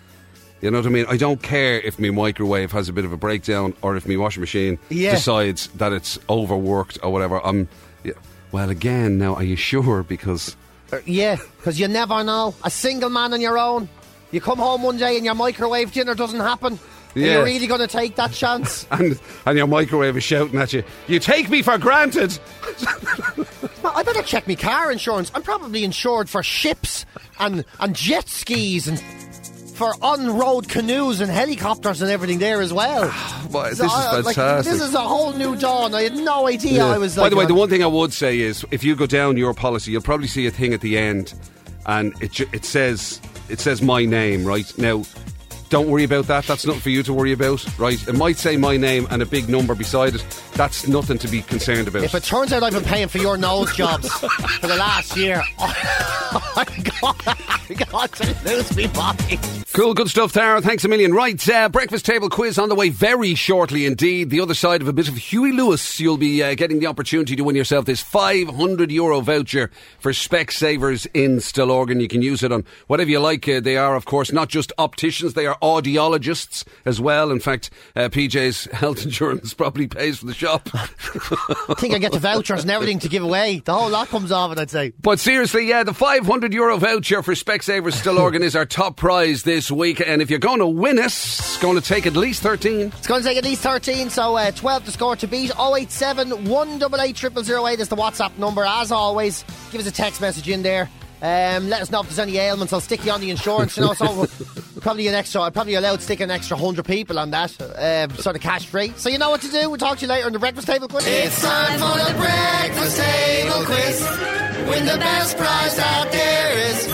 Speaker 1: You know what I mean? I don't care if my microwave has a bit of a breakdown or if my washing machine
Speaker 2: Yeah.
Speaker 1: decides that it's overworked or whatever. I'm. Yeah. Well, again, now are you sure? Because
Speaker 2: Uh, yeah, because you never know. A single man on your own. You come home one day and your microwave dinner doesn't happen. Are
Speaker 1: Yeah.
Speaker 2: you really going to take that chance?
Speaker 1: and and your microwave is shouting at you. You take me for granted.
Speaker 2: Well, I better check my car insurance. I'm probably insured for ships and, and jet skis and for on-road canoes and helicopters and everything there as well.
Speaker 1: Why,
Speaker 2: So
Speaker 1: this
Speaker 2: I-
Speaker 1: is
Speaker 2: like,
Speaker 1: fantastic.
Speaker 2: this is a whole new dawn. I had no idea
Speaker 1: Yeah.
Speaker 2: I was.
Speaker 1: By
Speaker 2: Like,
Speaker 1: the way,
Speaker 2: uh,
Speaker 1: the one thing I would say is if you go down your policy, you'll probably see a thing at the end, and it ju- it says it says my name right now. Don't worry about that. That's nothing for you to worry about, right? It might say my name and a big number beside it. That's nothing to be concerned about.
Speaker 2: If it turns out I've been paying for your nose jobs for the last year, I got, I got to lose me body.
Speaker 1: Cool, good stuff, Tara. Thanks a million. Right, uh, breakfast table quiz on the way very shortly indeed. The other side of a bit of Huey Lewis, you'll be uh, getting the opportunity to win yourself this 500 euro voucher for Specsavers in Stillorgan. You can use it on whatever you like. Uh, they are, of course, not just opticians, they are audiologists as well. In fact, uh, PJ's health insurance probably pays for the shop.
Speaker 2: I think I get the vouchers and everything to give away. The whole lot comes off it, I'd say.
Speaker 1: But seriously, yeah, the 500 euro voucher for Specsavers Stillorgan is our top prize this week. And if you're going to win it, it's going to take at least 13.
Speaker 2: It's going to take at least 13, so uh, 12 to score to beat. 087 188 0008 is the WhatsApp number. As always, give us a text message in there. Um, let us know if there's any ailments. I'll stick you on the insurance. You know, so probably an extra. I'm probably allowed to stick an extra hundred people on that, um, sort of cash free. So you know what to do. We'll talk to you later on the breakfast table. Quick.
Speaker 4: It's time for the breakfast table quiz. Win the best prize out there is.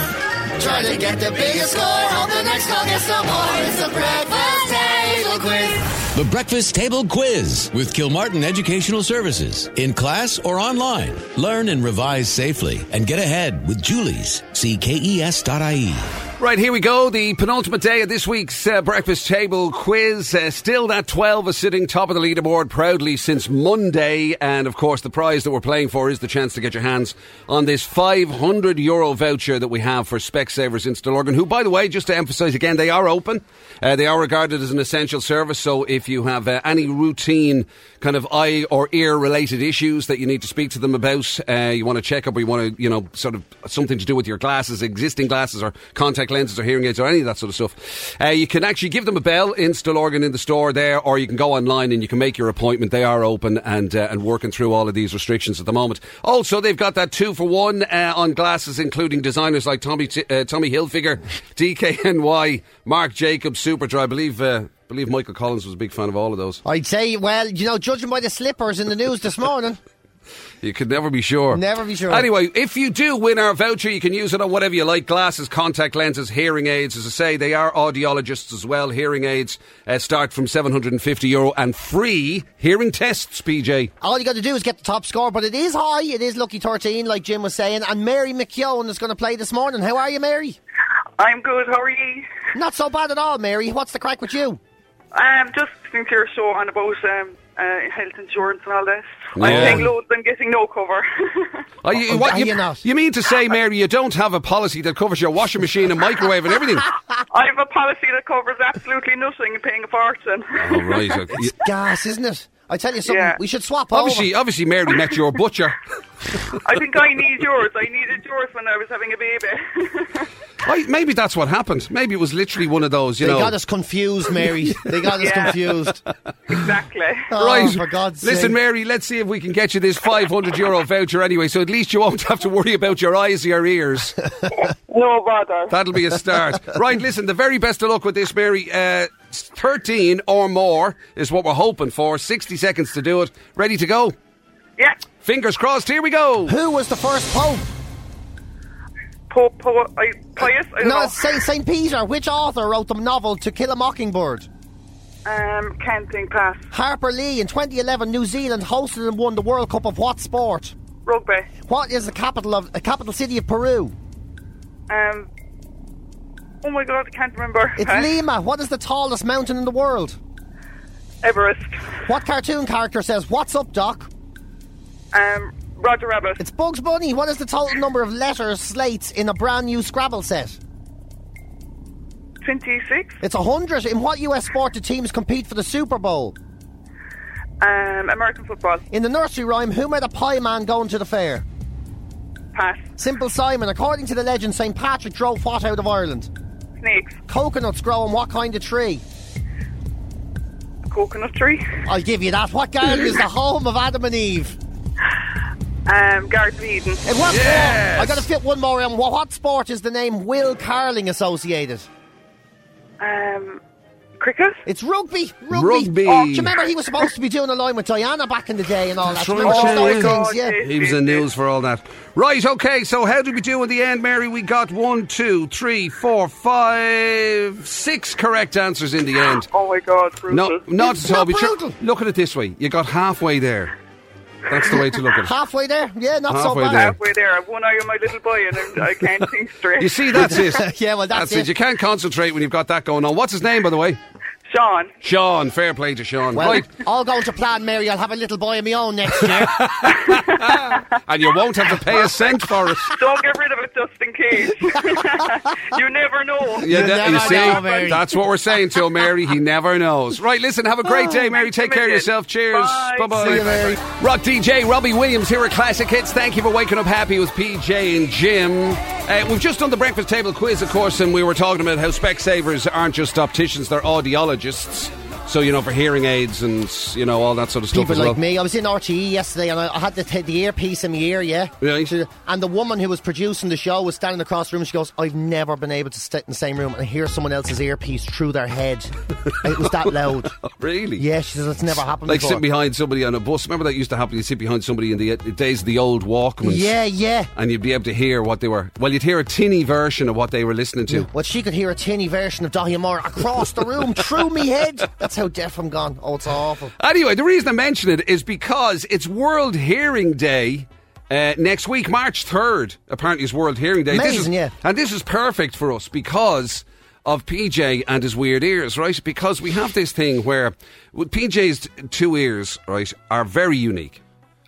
Speaker 4: Try to get the biggest score. Hope the next call gets the more. It's the breakfast table quiz.
Speaker 5: The Breakfast Table Quiz with Kilmartin Educational Services. In class or online, learn and revise safely and get ahead with Julie's. See KES.ie.
Speaker 1: Right, here we go. The penultimate day of this week's uh, breakfast table quiz. Uh, still that 12 is sitting top of the leaderboard proudly since Monday. And of course, the prize that we're playing for is the chance to get your hands on this 500 euro voucher that we have for Specsavers in Stillorgan, who, by the way, just to emphasize again, they are open. Uh, they are regarded as an essential service. So if you have uh, any routine kind of eye or ear related issues that you need to speak to them about, uh, you want to check up or you want to, you know, sort of something to do with your glasses, existing glasses or contact lenses or hearing aids or any of that sort of stuff, uh, you can actually give them a bell in Stillorgan in the store there or you can go online and you can make your appointment. They are open and, uh, and working through all of these restrictions at the moment. Also, they've got that two for one uh, on glasses, including designers like Tommy, T- uh, Tommy Hilfiger, DKNY, Mark Jacobs, Superdry. I believe, uh, believe Michael Collins was a big fan of all of those.
Speaker 2: I'd say, well, you know, judging by the slippers in the news this morning,
Speaker 1: You could never be sure.
Speaker 2: Never be sure.
Speaker 1: Anyway, if you do win our voucher, you can use it on whatever you like glasses, contact lenses, hearing aids. As I say, they are audiologists as well. Hearing aids uh, start from €750 Euro and free hearing tests, PJ.
Speaker 2: all you got to do is get the top score. But it is high. It is lucky thirteen, like Jim was saying. And Mary McKeown is going to play this morning. How are you, Mary?
Speaker 6: I'm good. How are you?
Speaker 2: Not so bad at all, Mary. What's the crack with you?
Speaker 6: Um, just listening to your show on about um, uh, health insurance and all this. I'm
Speaker 1: Yeah.
Speaker 6: paying loads and getting no cover.
Speaker 1: Are you,
Speaker 2: Oh,
Speaker 1: what,
Speaker 2: are
Speaker 1: you,
Speaker 2: you not?
Speaker 1: you mean to say, Mary, you don't have a policy that covers your washing machine and microwave and everything?
Speaker 6: I have a policy that covers absolutely nothing and paying a fortune.
Speaker 1: All right. oh, right. You-
Speaker 2: Gas, isn't it? I tell you something.
Speaker 6: Yeah.
Speaker 2: We should swap
Speaker 1: Obviously, obviously, Mary met your butcher.
Speaker 6: I think I need yours. I needed yours when I was having a baby.
Speaker 1: I, maybe that's what happened. Maybe it was literally one of those, you
Speaker 2: over. They
Speaker 1: know.
Speaker 2: got us confused, Mary. They got us
Speaker 6: Yeah.
Speaker 2: confused.
Speaker 6: exactly.
Speaker 2: Oh,
Speaker 1: Right.
Speaker 2: for God's
Speaker 1: Listen,
Speaker 2: sake.
Speaker 1: Mary, let's see if we can get you this 500 euro voucher anyway, so at least you won't have to worry about your eyes or your ears.
Speaker 6: No bother.
Speaker 1: That'll be a start. right, listen, the very best of luck with this, Mary. Uh, 13 or more is what we're hoping for. 60 seconds to do it. Ready to go?
Speaker 6: yeah.
Speaker 1: Fingers crossed, here we go.
Speaker 2: Who was the first pope?
Speaker 6: Po- po- I, pious? I don't
Speaker 2: No,
Speaker 6: know.
Speaker 2: it's Saint, Saint Peter. Which author wrote the novel To Kill a Mockingbird?
Speaker 6: Um, can't think pass.
Speaker 2: Harper Lee in 2011, New Zealand hosted and won the World Cup of what sport?
Speaker 6: Rugby.
Speaker 2: What is the capital of the capital city of Peru?
Speaker 6: Um, oh my god, I can't remember. Uh,
Speaker 2: It's
Speaker 6: Huh?
Speaker 2: Lima. What is the tallest mountain in the world?
Speaker 6: Everest.
Speaker 2: What cartoon character says "What's up, Doc"?
Speaker 6: Um, Roger Rabbit.
Speaker 2: It's Bugs Bunny. What is the total number of letters slates in a brand new Scrabble set?
Speaker 6: 26.
Speaker 2: It's hundred. In what U.S. sport do teams compete for the Super Bowl?
Speaker 6: Um, American football.
Speaker 2: In the nursery rhyme, who made a pie man going to the fair?
Speaker 6: Pass.
Speaker 2: Simple Simon. According to the legend, St. Patrick drove what out of Ireland?
Speaker 6: Snakes.
Speaker 2: Coconuts grow on what kind of tree?
Speaker 6: Coconut tree.
Speaker 2: I'll give you that. What garden is the home of Adam and Eve?
Speaker 6: Um, Garden of Eden.
Speaker 2: And what
Speaker 1: Yes.
Speaker 2: sport? I got to fit one more in. What, what sport is the name Will Carling associated?
Speaker 6: Um, cricket.
Speaker 2: It's rugby. Rugby.
Speaker 1: Rugby.
Speaker 2: Oh, do you remember he was supposed to be doing a line with Diana back in the day and all
Speaker 1: That's
Speaker 2: that? Do you
Speaker 1: right,
Speaker 2: remember those
Speaker 1: yeah,
Speaker 2: things?
Speaker 6: yeah.
Speaker 2: Yeah.
Speaker 1: He was in news for all that. Right, okay, so how did we do in the end, Mary? We got one, two, three, four, five, six correct answers in the end.
Speaker 6: Oh my God, brutal.
Speaker 1: No, not at
Speaker 2: It's
Speaker 1: all.
Speaker 2: not
Speaker 1: Be sure-
Speaker 2: brutal.
Speaker 1: Look at it this way: you got halfway there. That's the way to look at it.
Speaker 2: Halfway there. Yeah, not
Speaker 1: Halfway
Speaker 2: so bad.
Speaker 6: Halfway there, I've one eye on my little boy and I'm, I can't think straight.
Speaker 1: You see, that's it.
Speaker 2: Yeah, well, that's it.
Speaker 1: You can't concentrate when you've got that going on. What's his name, by the way?
Speaker 6: Sean,
Speaker 1: Sean. Fair play to Sean.
Speaker 2: Well,
Speaker 1: right,
Speaker 2: all going to plan, Mary. I'll have a little boy of my own next year.
Speaker 1: and you won't have to pay a cent for it.
Speaker 6: don't get rid of it just in case. you never know.
Speaker 1: You, ne-
Speaker 2: never
Speaker 1: you see,
Speaker 2: know, Mary.
Speaker 1: that's what we're saying to him, Mary. He never knows. Right, listen, have a
Speaker 2: Oh,
Speaker 1: great day, Mary. Take care of yourself. Cheers.
Speaker 6: Bye.
Speaker 1: Bye bye.
Speaker 2: See you, Mary.
Speaker 1: Rock DJ Robbie Williams here at Classic Hits. Thank you for waking up happy with PJ and Jim. Uh, we've just done the breakfast table quiz, of course, and we were talking about how Specsavers aren't just opticians, they're audiologists. So, you know, for hearing aids and, you know, all that sort of stuff
Speaker 2: people
Speaker 1: as well.
Speaker 2: like me. I was in RTE yesterday and I I had the, t- the earpiece in my ear, yeah.
Speaker 1: Really?
Speaker 2: So- And the woman who was producing the show was standing across the room. She goes, I've never been able to sit in the same room and hear someone else's earpiece through their head. it was that loud.
Speaker 1: Oh, Really?
Speaker 2: Yeah, she says, it's never happened
Speaker 1: Like
Speaker 2: before.
Speaker 1: sitting behind somebody on a bus. Remember that used to happen? You sit behind somebody in the, uh, days of the old Walkmans.
Speaker 2: yeah, yeah.
Speaker 1: and you'd be able to hear what they were. Well, you'd hear a tinny version of what they were listening to.
Speaker 2: Well, she could hear a tinny version of Dahi Moore across the room through me head. That's that's how deaf I'm gone. Oh, it's awful.
Speaker 1: Anyway, the reason I mention it is because it's World Hearing Day. Uh, next week, March 3rd, apparently is World Hearing Day. this is,
Speaker 2: Amazing, yeah.
Speaker 1: And this is perfect for us because of PJ and his weird ears, right? Because we have this thing where with PJ's t- two ears, right, are very unique.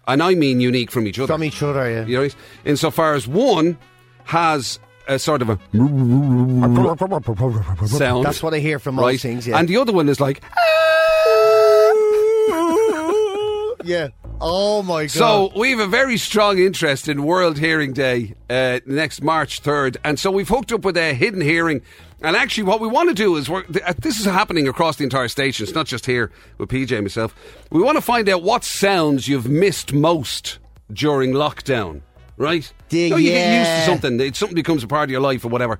Speaker 1: And I mean unique from each other.
Speaker 2: From each other, yeah.
Speaker 1: You know, insofar as one has a sort of a sound.
Speaker 2: That's what I hear from
Speaker 1: right?
Speaker 2: most things, yeah.
Speaker 1: And the other one is like,
Speaker 2: yeah. Oh, my God.
Speaker 1: So we have a very strong interest in World Hearing Day uh, next March third, and so we've hooked up with a hidden hearing. And actually, what we want to do is we're, th- uh, this is happening across the entire station. It's not just here with PJ and myself. We want to find out what sounds you've missed most during lockdown. Right?
Speaker 2: Dig-
Speaker 1: No, you get used to
Speaker 2: yeah.
Speaker 1: something. It, something becomes a part of your life or whatever.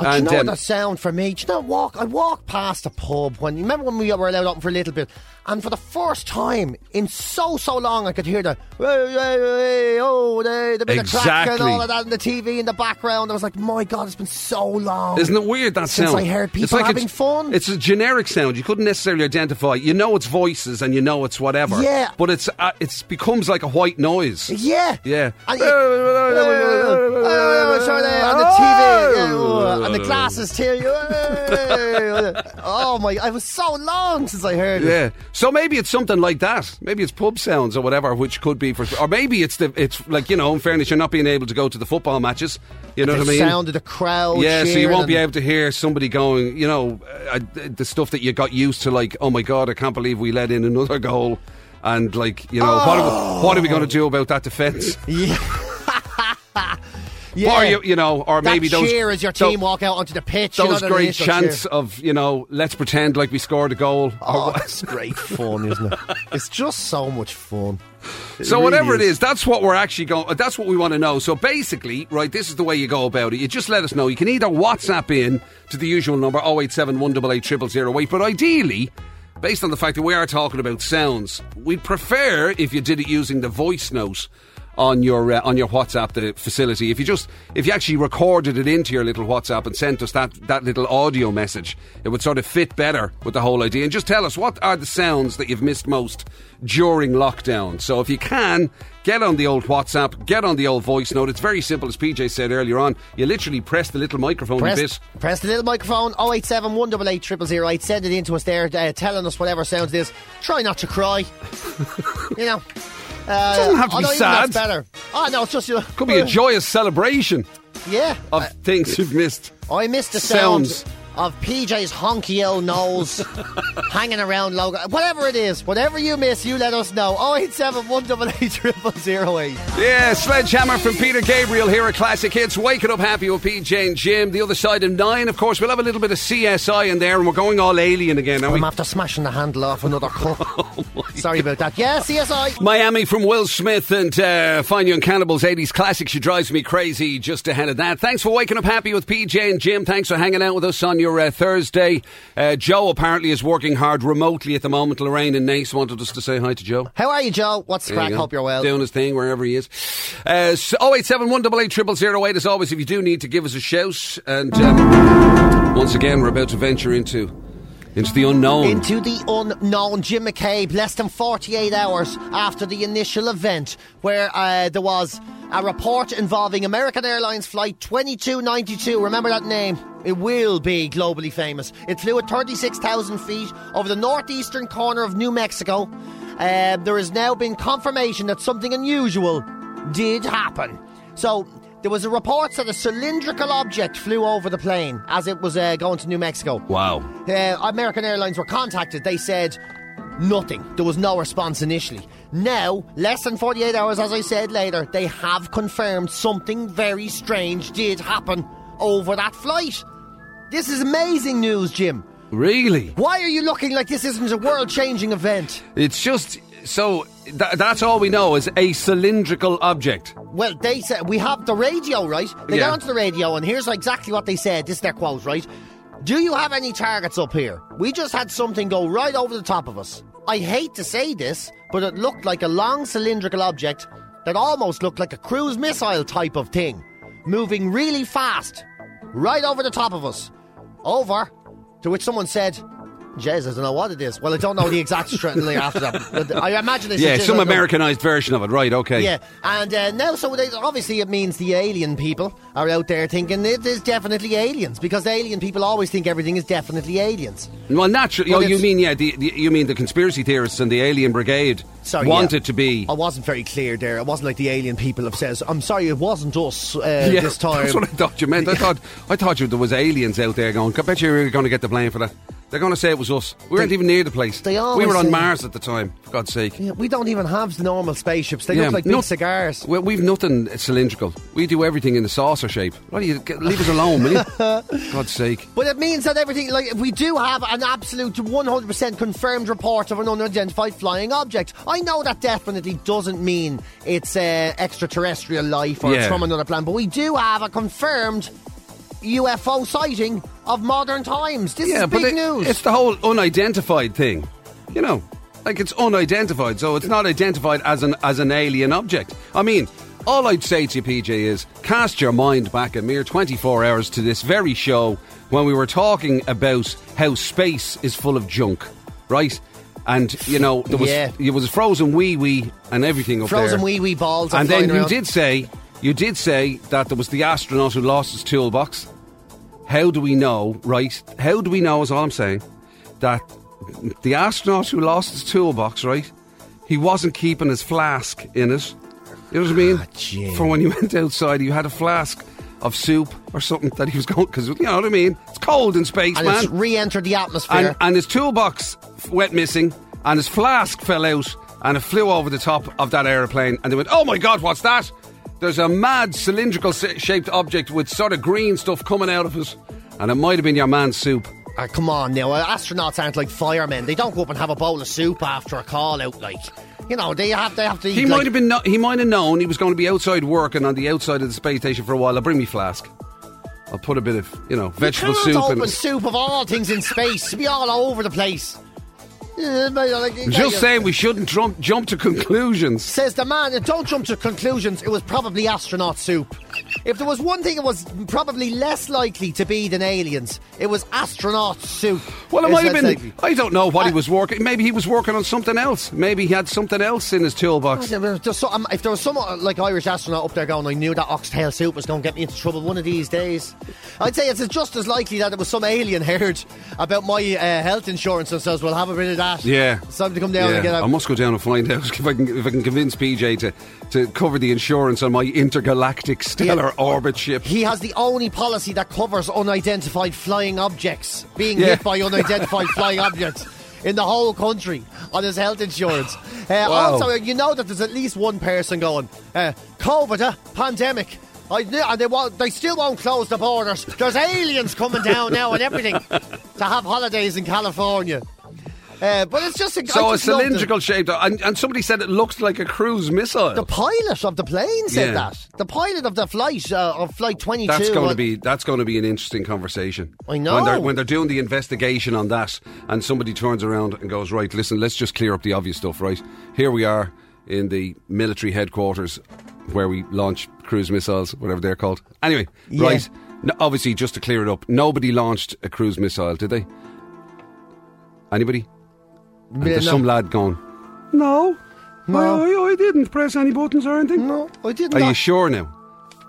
Speaker 2: Oh, do you know
Speaker 1: um,
Speaker 2: what that sound for me? Do you know, walk, I walked past a pub when, you remember when we were allowed open for a little bit? And for the first time in so, so long, I could hear the, "Hey, hey, hey, oh, the, the bit of crack and
Speaker 1: Exactly.
Speaker 2: all of that, and the TV in the background. I was like, my God, it's been so long.
Speaker 1: Isn't it weird that
Speaker 2: Since
Speaker 1: sound?
Speaker 2: I heard people
Speaker 1: it's like
Speaker 2: having
Speaker 1: it's,
Speaker 2: fun.
Speaker 1: It's a generic sound. You couldn't necessarily identify. You know it's voices and you know it's whatever.
Speaker 2: Yeah.
Speaker 1: But it's uh, it's becomes like a white noise.
Speaker 2: Yeah.
Speaker 1: Yeah.
Speaker 2: And, it- Oh, sorry, on the TV. yeah, oh, And the glasses too. Oh my, I was so long since I heard it.
Speaker 1: Yeah. So maybe it's something like that. Maybe it's pub sounds or whatever, which could be for. Or maybe it's the it's like you know, in fairness, you're not being able to go to the football matches. You know
Speaker 2: The
Speaker 1: what I mean?
Speaker 2: sound of the crowd.
Speaker 1: Yeah, so you
Speaker 2: cheering
Speaker 1: won't be
Speaker 2: and-
Speaker 1: able to hear somebody going, you know, uh, uh, the stuff that you got used to, like, oh my God, I can't believe we let in another goal. And, like, you know, what, are we, what are we going to do about that defence?
Speaker 2: Yeah.
Speaker 1: Or, you, you know, or
Speaker 2: That
Speaker 1: maybe those,
Speaker 2: cheer as your
Speaker 1: tho-
Speaker 2: team walk out onto the pitch. you know
Speaker 1: those
Speaker 2: that
Speaker 1: great
Speaker 2: initial cheer.
Speaker 1: chants of, you know, let's pretend like we scored a goal. or
Speaker 2: Oh,
Speaker 1: what-
Speaker 2: it's great fun, isn't it? It's just so much fun.
Speaker 1: So
Speaker 2: really
Speaker 1: whatever it
Speaker 2: is.
Speaker 1: is, that's what we're actually going. That's what we want to know. So basically, right, this is the way you go about it. You just let us know. You can either WhatsApp in to the usual number 087 188 0008, but ideally, based on the fact that we are talking about sounds, we'd prefer if you did it using the voice note on your uh, on your WhatsApp the facility. If you just if you actually recorded it into your little WhatsApp and sent us that that little audio message, it would sort of fit better with the whole idea. And just tell us what are the sounds that you've missed most during lockdown. So if you can get on the old WhatsApp, get on the old voice note. It's very simple, as PJ said earlier on. You literally press the little microphone
Speaker 2: Press,
Speaker 1: bit.
Speaker 2: press the little microphone 087 188 008. Send it in to us there, uh, telling us whatever sounds it is. Try not to cry. you know. Uh,
Speaker 1: Doesn't have to be
Speaker 2: although even That's
Speaker 1: sad.
Speaker 2: better. Oh, no, it's just. Uh,
Speaker 1: Could be a joyous celebration
Speaker 2: Yeah.
Speaker 1: of things you've missed.
Speaker 2: I missed the sound
Speaker 1: Sounds.
Speaker 2: of PJ's honky old nose hanging around logo. Whatever it is, whatever you miss, you let us know. 087 188
Speaker 1: Yeah, Sledgehammer from Peter Gabriel here at Classic Hits. Waking up happy with PJ and Jim. The other side of nine, of course, we'll have a little bit of CSI in there, and we're going all alien again, are we? Oh
Speaker 2: I'm after smashing the handle off another cup. Sorry about that. Yeah, CSI.
Speaker 1: Miami from Will Smith and uh, Fine Young Cannibals 80s Classic. She drives me crazy just ahead of that. Thanks for waking up happy with PJ and Jim. Thanks for hanging out with us on your uh, Thursday. Uh, Joe apparently is working hard remotely at the moment. Lorraine and Nace wanted us to say hi to Joe.
Speaker 2: How are you, Joe? What's the
Speaker 1: There
Speaker 2: crack?
Speaker 1: you go.
Speaker 2: Hope you're well.
Speaker 1: Doing his thing wherever he is. Uh, so, 087 188 as always, if you do need to give us a shout. And um, once again, we're about to venture into into the unknown.
Speaker 2: Into the unknown, Jim McCabe, less than 48 hours after the initial event, where uh, there was a report involving American Airlines Flight 2292. Remember that name? It will be globally famous. It flew at 36,000 feet over the northeastern corner of New Mexico. Uh, there has now been confirmation that something unusual did happen. So there was a report that a cylindrical object flew over the plane as it was uh, going to New Mexico
Speaker 1: wow.
Speaker 2: uh, American Airlines were contacted. They said nothing. There was no response initially. Now, less than 48 hours, as I said later, they have confirmed something very strange did happen over that flight. This is amazing news, Jim.
Speaker 1: Really?
Speaker 2: Why are you looking like this isn't a world changing event?
Speaker 1: It's just. So, tha that's all we know is a cylindrical object.
Speaker 2: Well, they said we have the radio, right? They
Speaker 1: Yeah.
Speaker 2: got onto the radio, and here's exactly what they said. This is their quote, right? Do you have any targets up here? We just had something go right over the top of us. I hate to say this, but it looked like a long cylindrical object that almost looked like a cruise missile type of thing, moving really fast, right over the top of us. Over. To which someone said, Jez, I don't know what it is. Well, I don't know the exact strengthening after that. But I imagine it's a
Speaker 1: Yeah,
Speaker 2: jizz,
Speaker 1: some
Speaker 2: I don't-
Speaker 1: Americanized version of it, right? Okay.
Speaker 2: Yeah, and uh, now so they, obviously it means the alien people are out there thinking it is definitely aliens because alien people always think everything is definitely aliens.
Speaker 1: Well, naturally.
Speaker 2: Well,
Speaker 1: oh, you
Speaker 2: it's-
Speaker 1: mean yeah? The, the, you mean the conspiracy theorists and the alien brigade
Speaker 2: Sorry,
Speaker 1: wanted
Speaker 2: yeah. Oh,
Speaker 1: to be?
Speaker 2: I wasn't very clear there. It wasn't like the alien people have says. I'm sorry, it wasn't us uh,
Speaker 1: Yeah,
Speaker 2: this time.
Speaker 1: That's what I thought you meant. I thought I thought you there was aliens out there going. I bet you were going to get the blame for that. They're going to say it was us. We weren't even near the place.
Speaker 2: they
Speaker 1: we
Speaker 2: always
Speaker 1: were on
Speaker 2: say-
Speaker 1: Mars at the time. For God's sake.
Speaker 2: Yeah, we don't even have the normal spaceships. They look like big
Speaker 1: not-
Speaker 2: cigars.
Speaker 1: Well, we've nothing cylindrical. We do everything in a saucer shape. What do you get- leave us alone, will you? For God's sake.
Speaker 2: But it means that everything, like, we do have an absolute 100% confirmed report of an unidentified flying object. I know that definitely doesn't mean it's uh, extraterrestrial life or it's
Speaker 1: Yeah.
Speaker 2: from another planet, but we do have a confirmed UFO sighting of modern times. This
Speaker 1: yeah,
Speaker 2: is big
Speaker 1: but it-
Speaker 2: news.
Speaker 1: it's the whole unidentified thing. You know, like it's unidentified, so it's not identified as an as an alien object. I mean, all I'd say to you, PJ, is cast your mind back a mere 24 hours to this very show when we were talking about how space is full of junk, right? And you know there was
Speaker 2: Yeah.
Speaker 1: it was frozen wee wee and everything up there.
Speaker 2: Frozen wee wee balls. are
Speaker 1: And then
Speaker 2: flying
Speaker 1: you
Speaker 2: around.
Speaker 1: did say you did say that there was the astronaut who lost his toolbox. How do we know, right? How do we know is all I'm saying that the astronaut who lost his toolbox, right? He wasn't keeping his flask in it. You know what I
Speaker 2: Ah,
Speaker 1: mean?
Speaker 2: Jim.
Speaker 1: For when you went outside, you had a flask of soup or something that he was going because you know what I mean. It's cold in space,
Speaker 2: And
Speaker 1: man
Speaker 2: it's re entered the atmosphere.
Speaker 1: and, uh, and his toolbox f- went missing, and his flask fell out, and it flew over the top of that aeroplane. And they went, "Oh my God, what's that?" There's a mad cylindrical s- shaped object with sort of green stuff coming out of it, and it might have been your man's soup.
Speaker 2: Ah, come on now, uh, astronauts aren't like firemen. They don't go up and have a bowl of soup after a call out, like. You know, they have, they have to eat.
Speaker 1: He
Speaker 2: like,
Speaker 1: might have been. No- he might have known he was going to be outside working on the outside of the space station for a while. I'll bring me flask. I'll put a bit of you know vegetable
Speaker 2: you
Speaker 1: soup
Speaker 2: can't
Speaker 1: in
Speaker 2: open
Speaker 1: it.
Speaker 2: soup of all things in space. Be all over the place. Yeah, but, uh, like,
Speaker 1: I'm Just saying, we shouldn't jump, jump to conclusions.
Speaker 2: Says the man, and don't jump to conclusions. It was probably astronaut soup. If there was one thing, it was probably less likely to be than aliens. It was astronaut soup.
Speaker 1: Well, it
Speaker 2: It's
Speaker 1: might have
Speaker 2: less
Speaker 1: been.
Speaker 2: likely.
Speaker 1: I don't know what he
Speaker 2: I-
Speaker 1: was working. Maybe he was working on something else. Maybe he had something else in his toolbox.
Speaker 2: If Oh, there was just some- if there was some uh, like Irish astronaut up there going, I knew that oxtail soup was going to get me into trouble one of these days. I'd say it's just as likely that it was some alien heard about my uh, health insurance and says, "Well, have a bit of that."
Speaker 1: Yeah.
Speaker 2: it's time to come down
Speaker 1: Yeah.
Speaker 2: and get
Speaker 1: I
Speaker 2: out.
Speaker 1: must go down and find out if I can, if I can convince PJ to, to cover the insurance on my intergalactic stellar orbit ship.
Speaker 2: He has the only policy that covers unidentified flying objects being
Speaker 1: Yeah.
Speaker 2: hit by unidentified flying objects in the whole country on his health insurance. Uh, Also, you know that there's at least one person going, uh, COVID, uh, pandemic. I, kn- and they, won't, they still won't close the borders. There's aliens coming down now and everything to have holidays in California. Uh, but it's just a,
Speaker 1: so a
Speaker 2: I just love the-
Speaker 1: cylindrical shape, and, and somebody said it looks like a cruise missile.
Speaker 2: The pilot of the plane said
Speaker 1: Yeah.
Speaker 2: that. The pilot of the flight uh, of flight 22.
Speaker 1: that's going
Speaker 2: uh,
Speaker 1: to be that's going to be an interesting conversation.
Speaker 2: I know.
Speaker 1: when they're, when they're doing the investigation on that, and somebody turns around and goes, "Right, listen, let's just clear up the obvious stuff." Right here we are in the military headquarters where we launch cruise missiles, whatever they're called. Anyway,
Speaker 2: Yeah.
Speaker 1: right. No, obviously, just to clear it up, nobody launched a cruise missile, did they? Anybody? And
Speaker 2: Yeah,
Speaker 1: there's
Speaker 2: no.
Speaker 1: some lad going, "No,
Speaker 2: No.
Speaker 1: I, I didn't press any buttons or anything."
Speaker 2: No, I didn't.
Speaker 1: Are you sure now?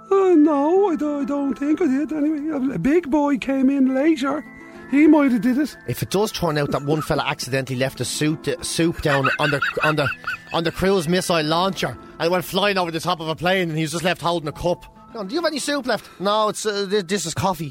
Speaker 7: Uh, no, I don't, I don't think I did. Anyway, a- a big boy came in later. He might have did it.
Speaker 2: If it does turn out that one fella accidentally left a suit, uh, soup down on the on the on the cruise missile launcher and it went flying over the top of a plane, and he was just left holding a cup. No, Do you have any soup left? No, it's uh, thi- this is coffee.